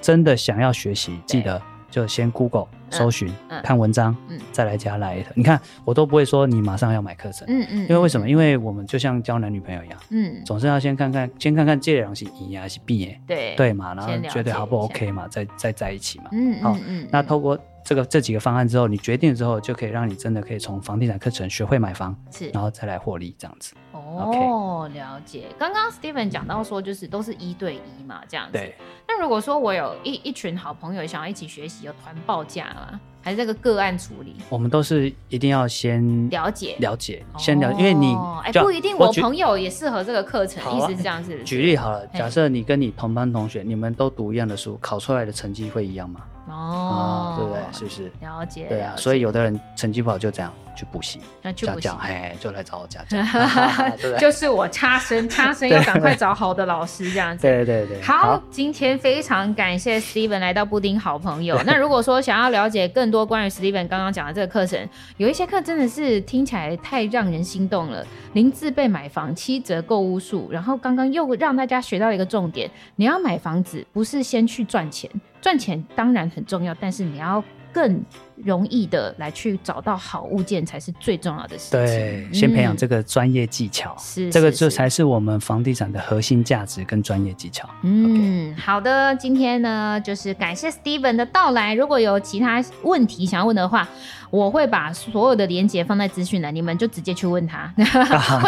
真的想要学习，
对
记得就先 Google
嗯
搜寻、
嗯
看文章，
嗯
再来加 Lite。你看，我都不会说你马上要买课程，
嗯嗯，
因为为什么？
为
因为我们就像交男女朋友一样，
嗯
总是要先看看，先看看这两是赢还是弊耶，
对
对嘛？然
先
后
了
觉得
解
好不
一
好
下
OK 嘛，再再在一起嘛。
嗯
好
嗯嗯，
那
嗯
透过这个这几个方案之后，你决定之后，就可以让你真的可以从房地产课程学会买房，
是
然后再来获利这样子。
哦，了解。刚刚 Steven 讲到说，就是都是一对一嘛，这样子。
对，
那如果说我有一一群好朋友想要一起学习，有团报价吗？还是这个个案处理？
我们都是一定要先
了解，
了解，先了，因为你
哦哎、
就
不一定，
我
我
举
朋哎友也适合这个课程，
好
意
啊
思是这样，是不是？
举例好了，
嘿
假设你跟你同班同学，你们都读一样的书，考出来的成绩会一样吗？
哦
啊，，对不对？是不是？
了解，
对啊，
了
所以
解
有的人成绩不好就这样去补习，
那去
家
补习
教，。嘿，就来找我 家教， 哈哈哈啊对不对？
就是我差生，差生要赶快找好的老师这样子。
对对对，
好，今天非常感谢 Steven 来到布丁好朋友。那如果说想要了解更多关于 Steven 刚刚讲的这个课程，有一些课真的是听起来太让人心动了，零自备买房、七折购物术，然后刚刚又让大家学到一个重点：你要买房子不是先去赚钱，赚钱当然很重要，但是你要更容易的来去找到好物件才是最重要的事情。
对，先培养这
个、
个专业技巧，
嗯是
这个
是
就是才是我们房地产的核心价值跟专业技巧。
嗯，好的，今天呢，就是感谢 Steven 的到来。如果有其他问题想要问的话，我会把所有的连接放在资讯栏，你们就直接去问他， 或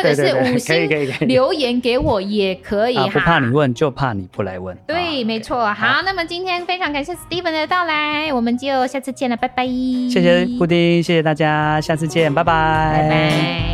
者
啊对
是
对对
五
可以可以可
星
以
留言给我也可以
啊，
哈。
不怕你问，就怕你不来问。
对，
啊
没错。好，那么今天非常感谢 Steven 的到来，我们就下次见了，拜拜。
谢谢布丁，谢谢大家，下次见，拜拜，
拜拜。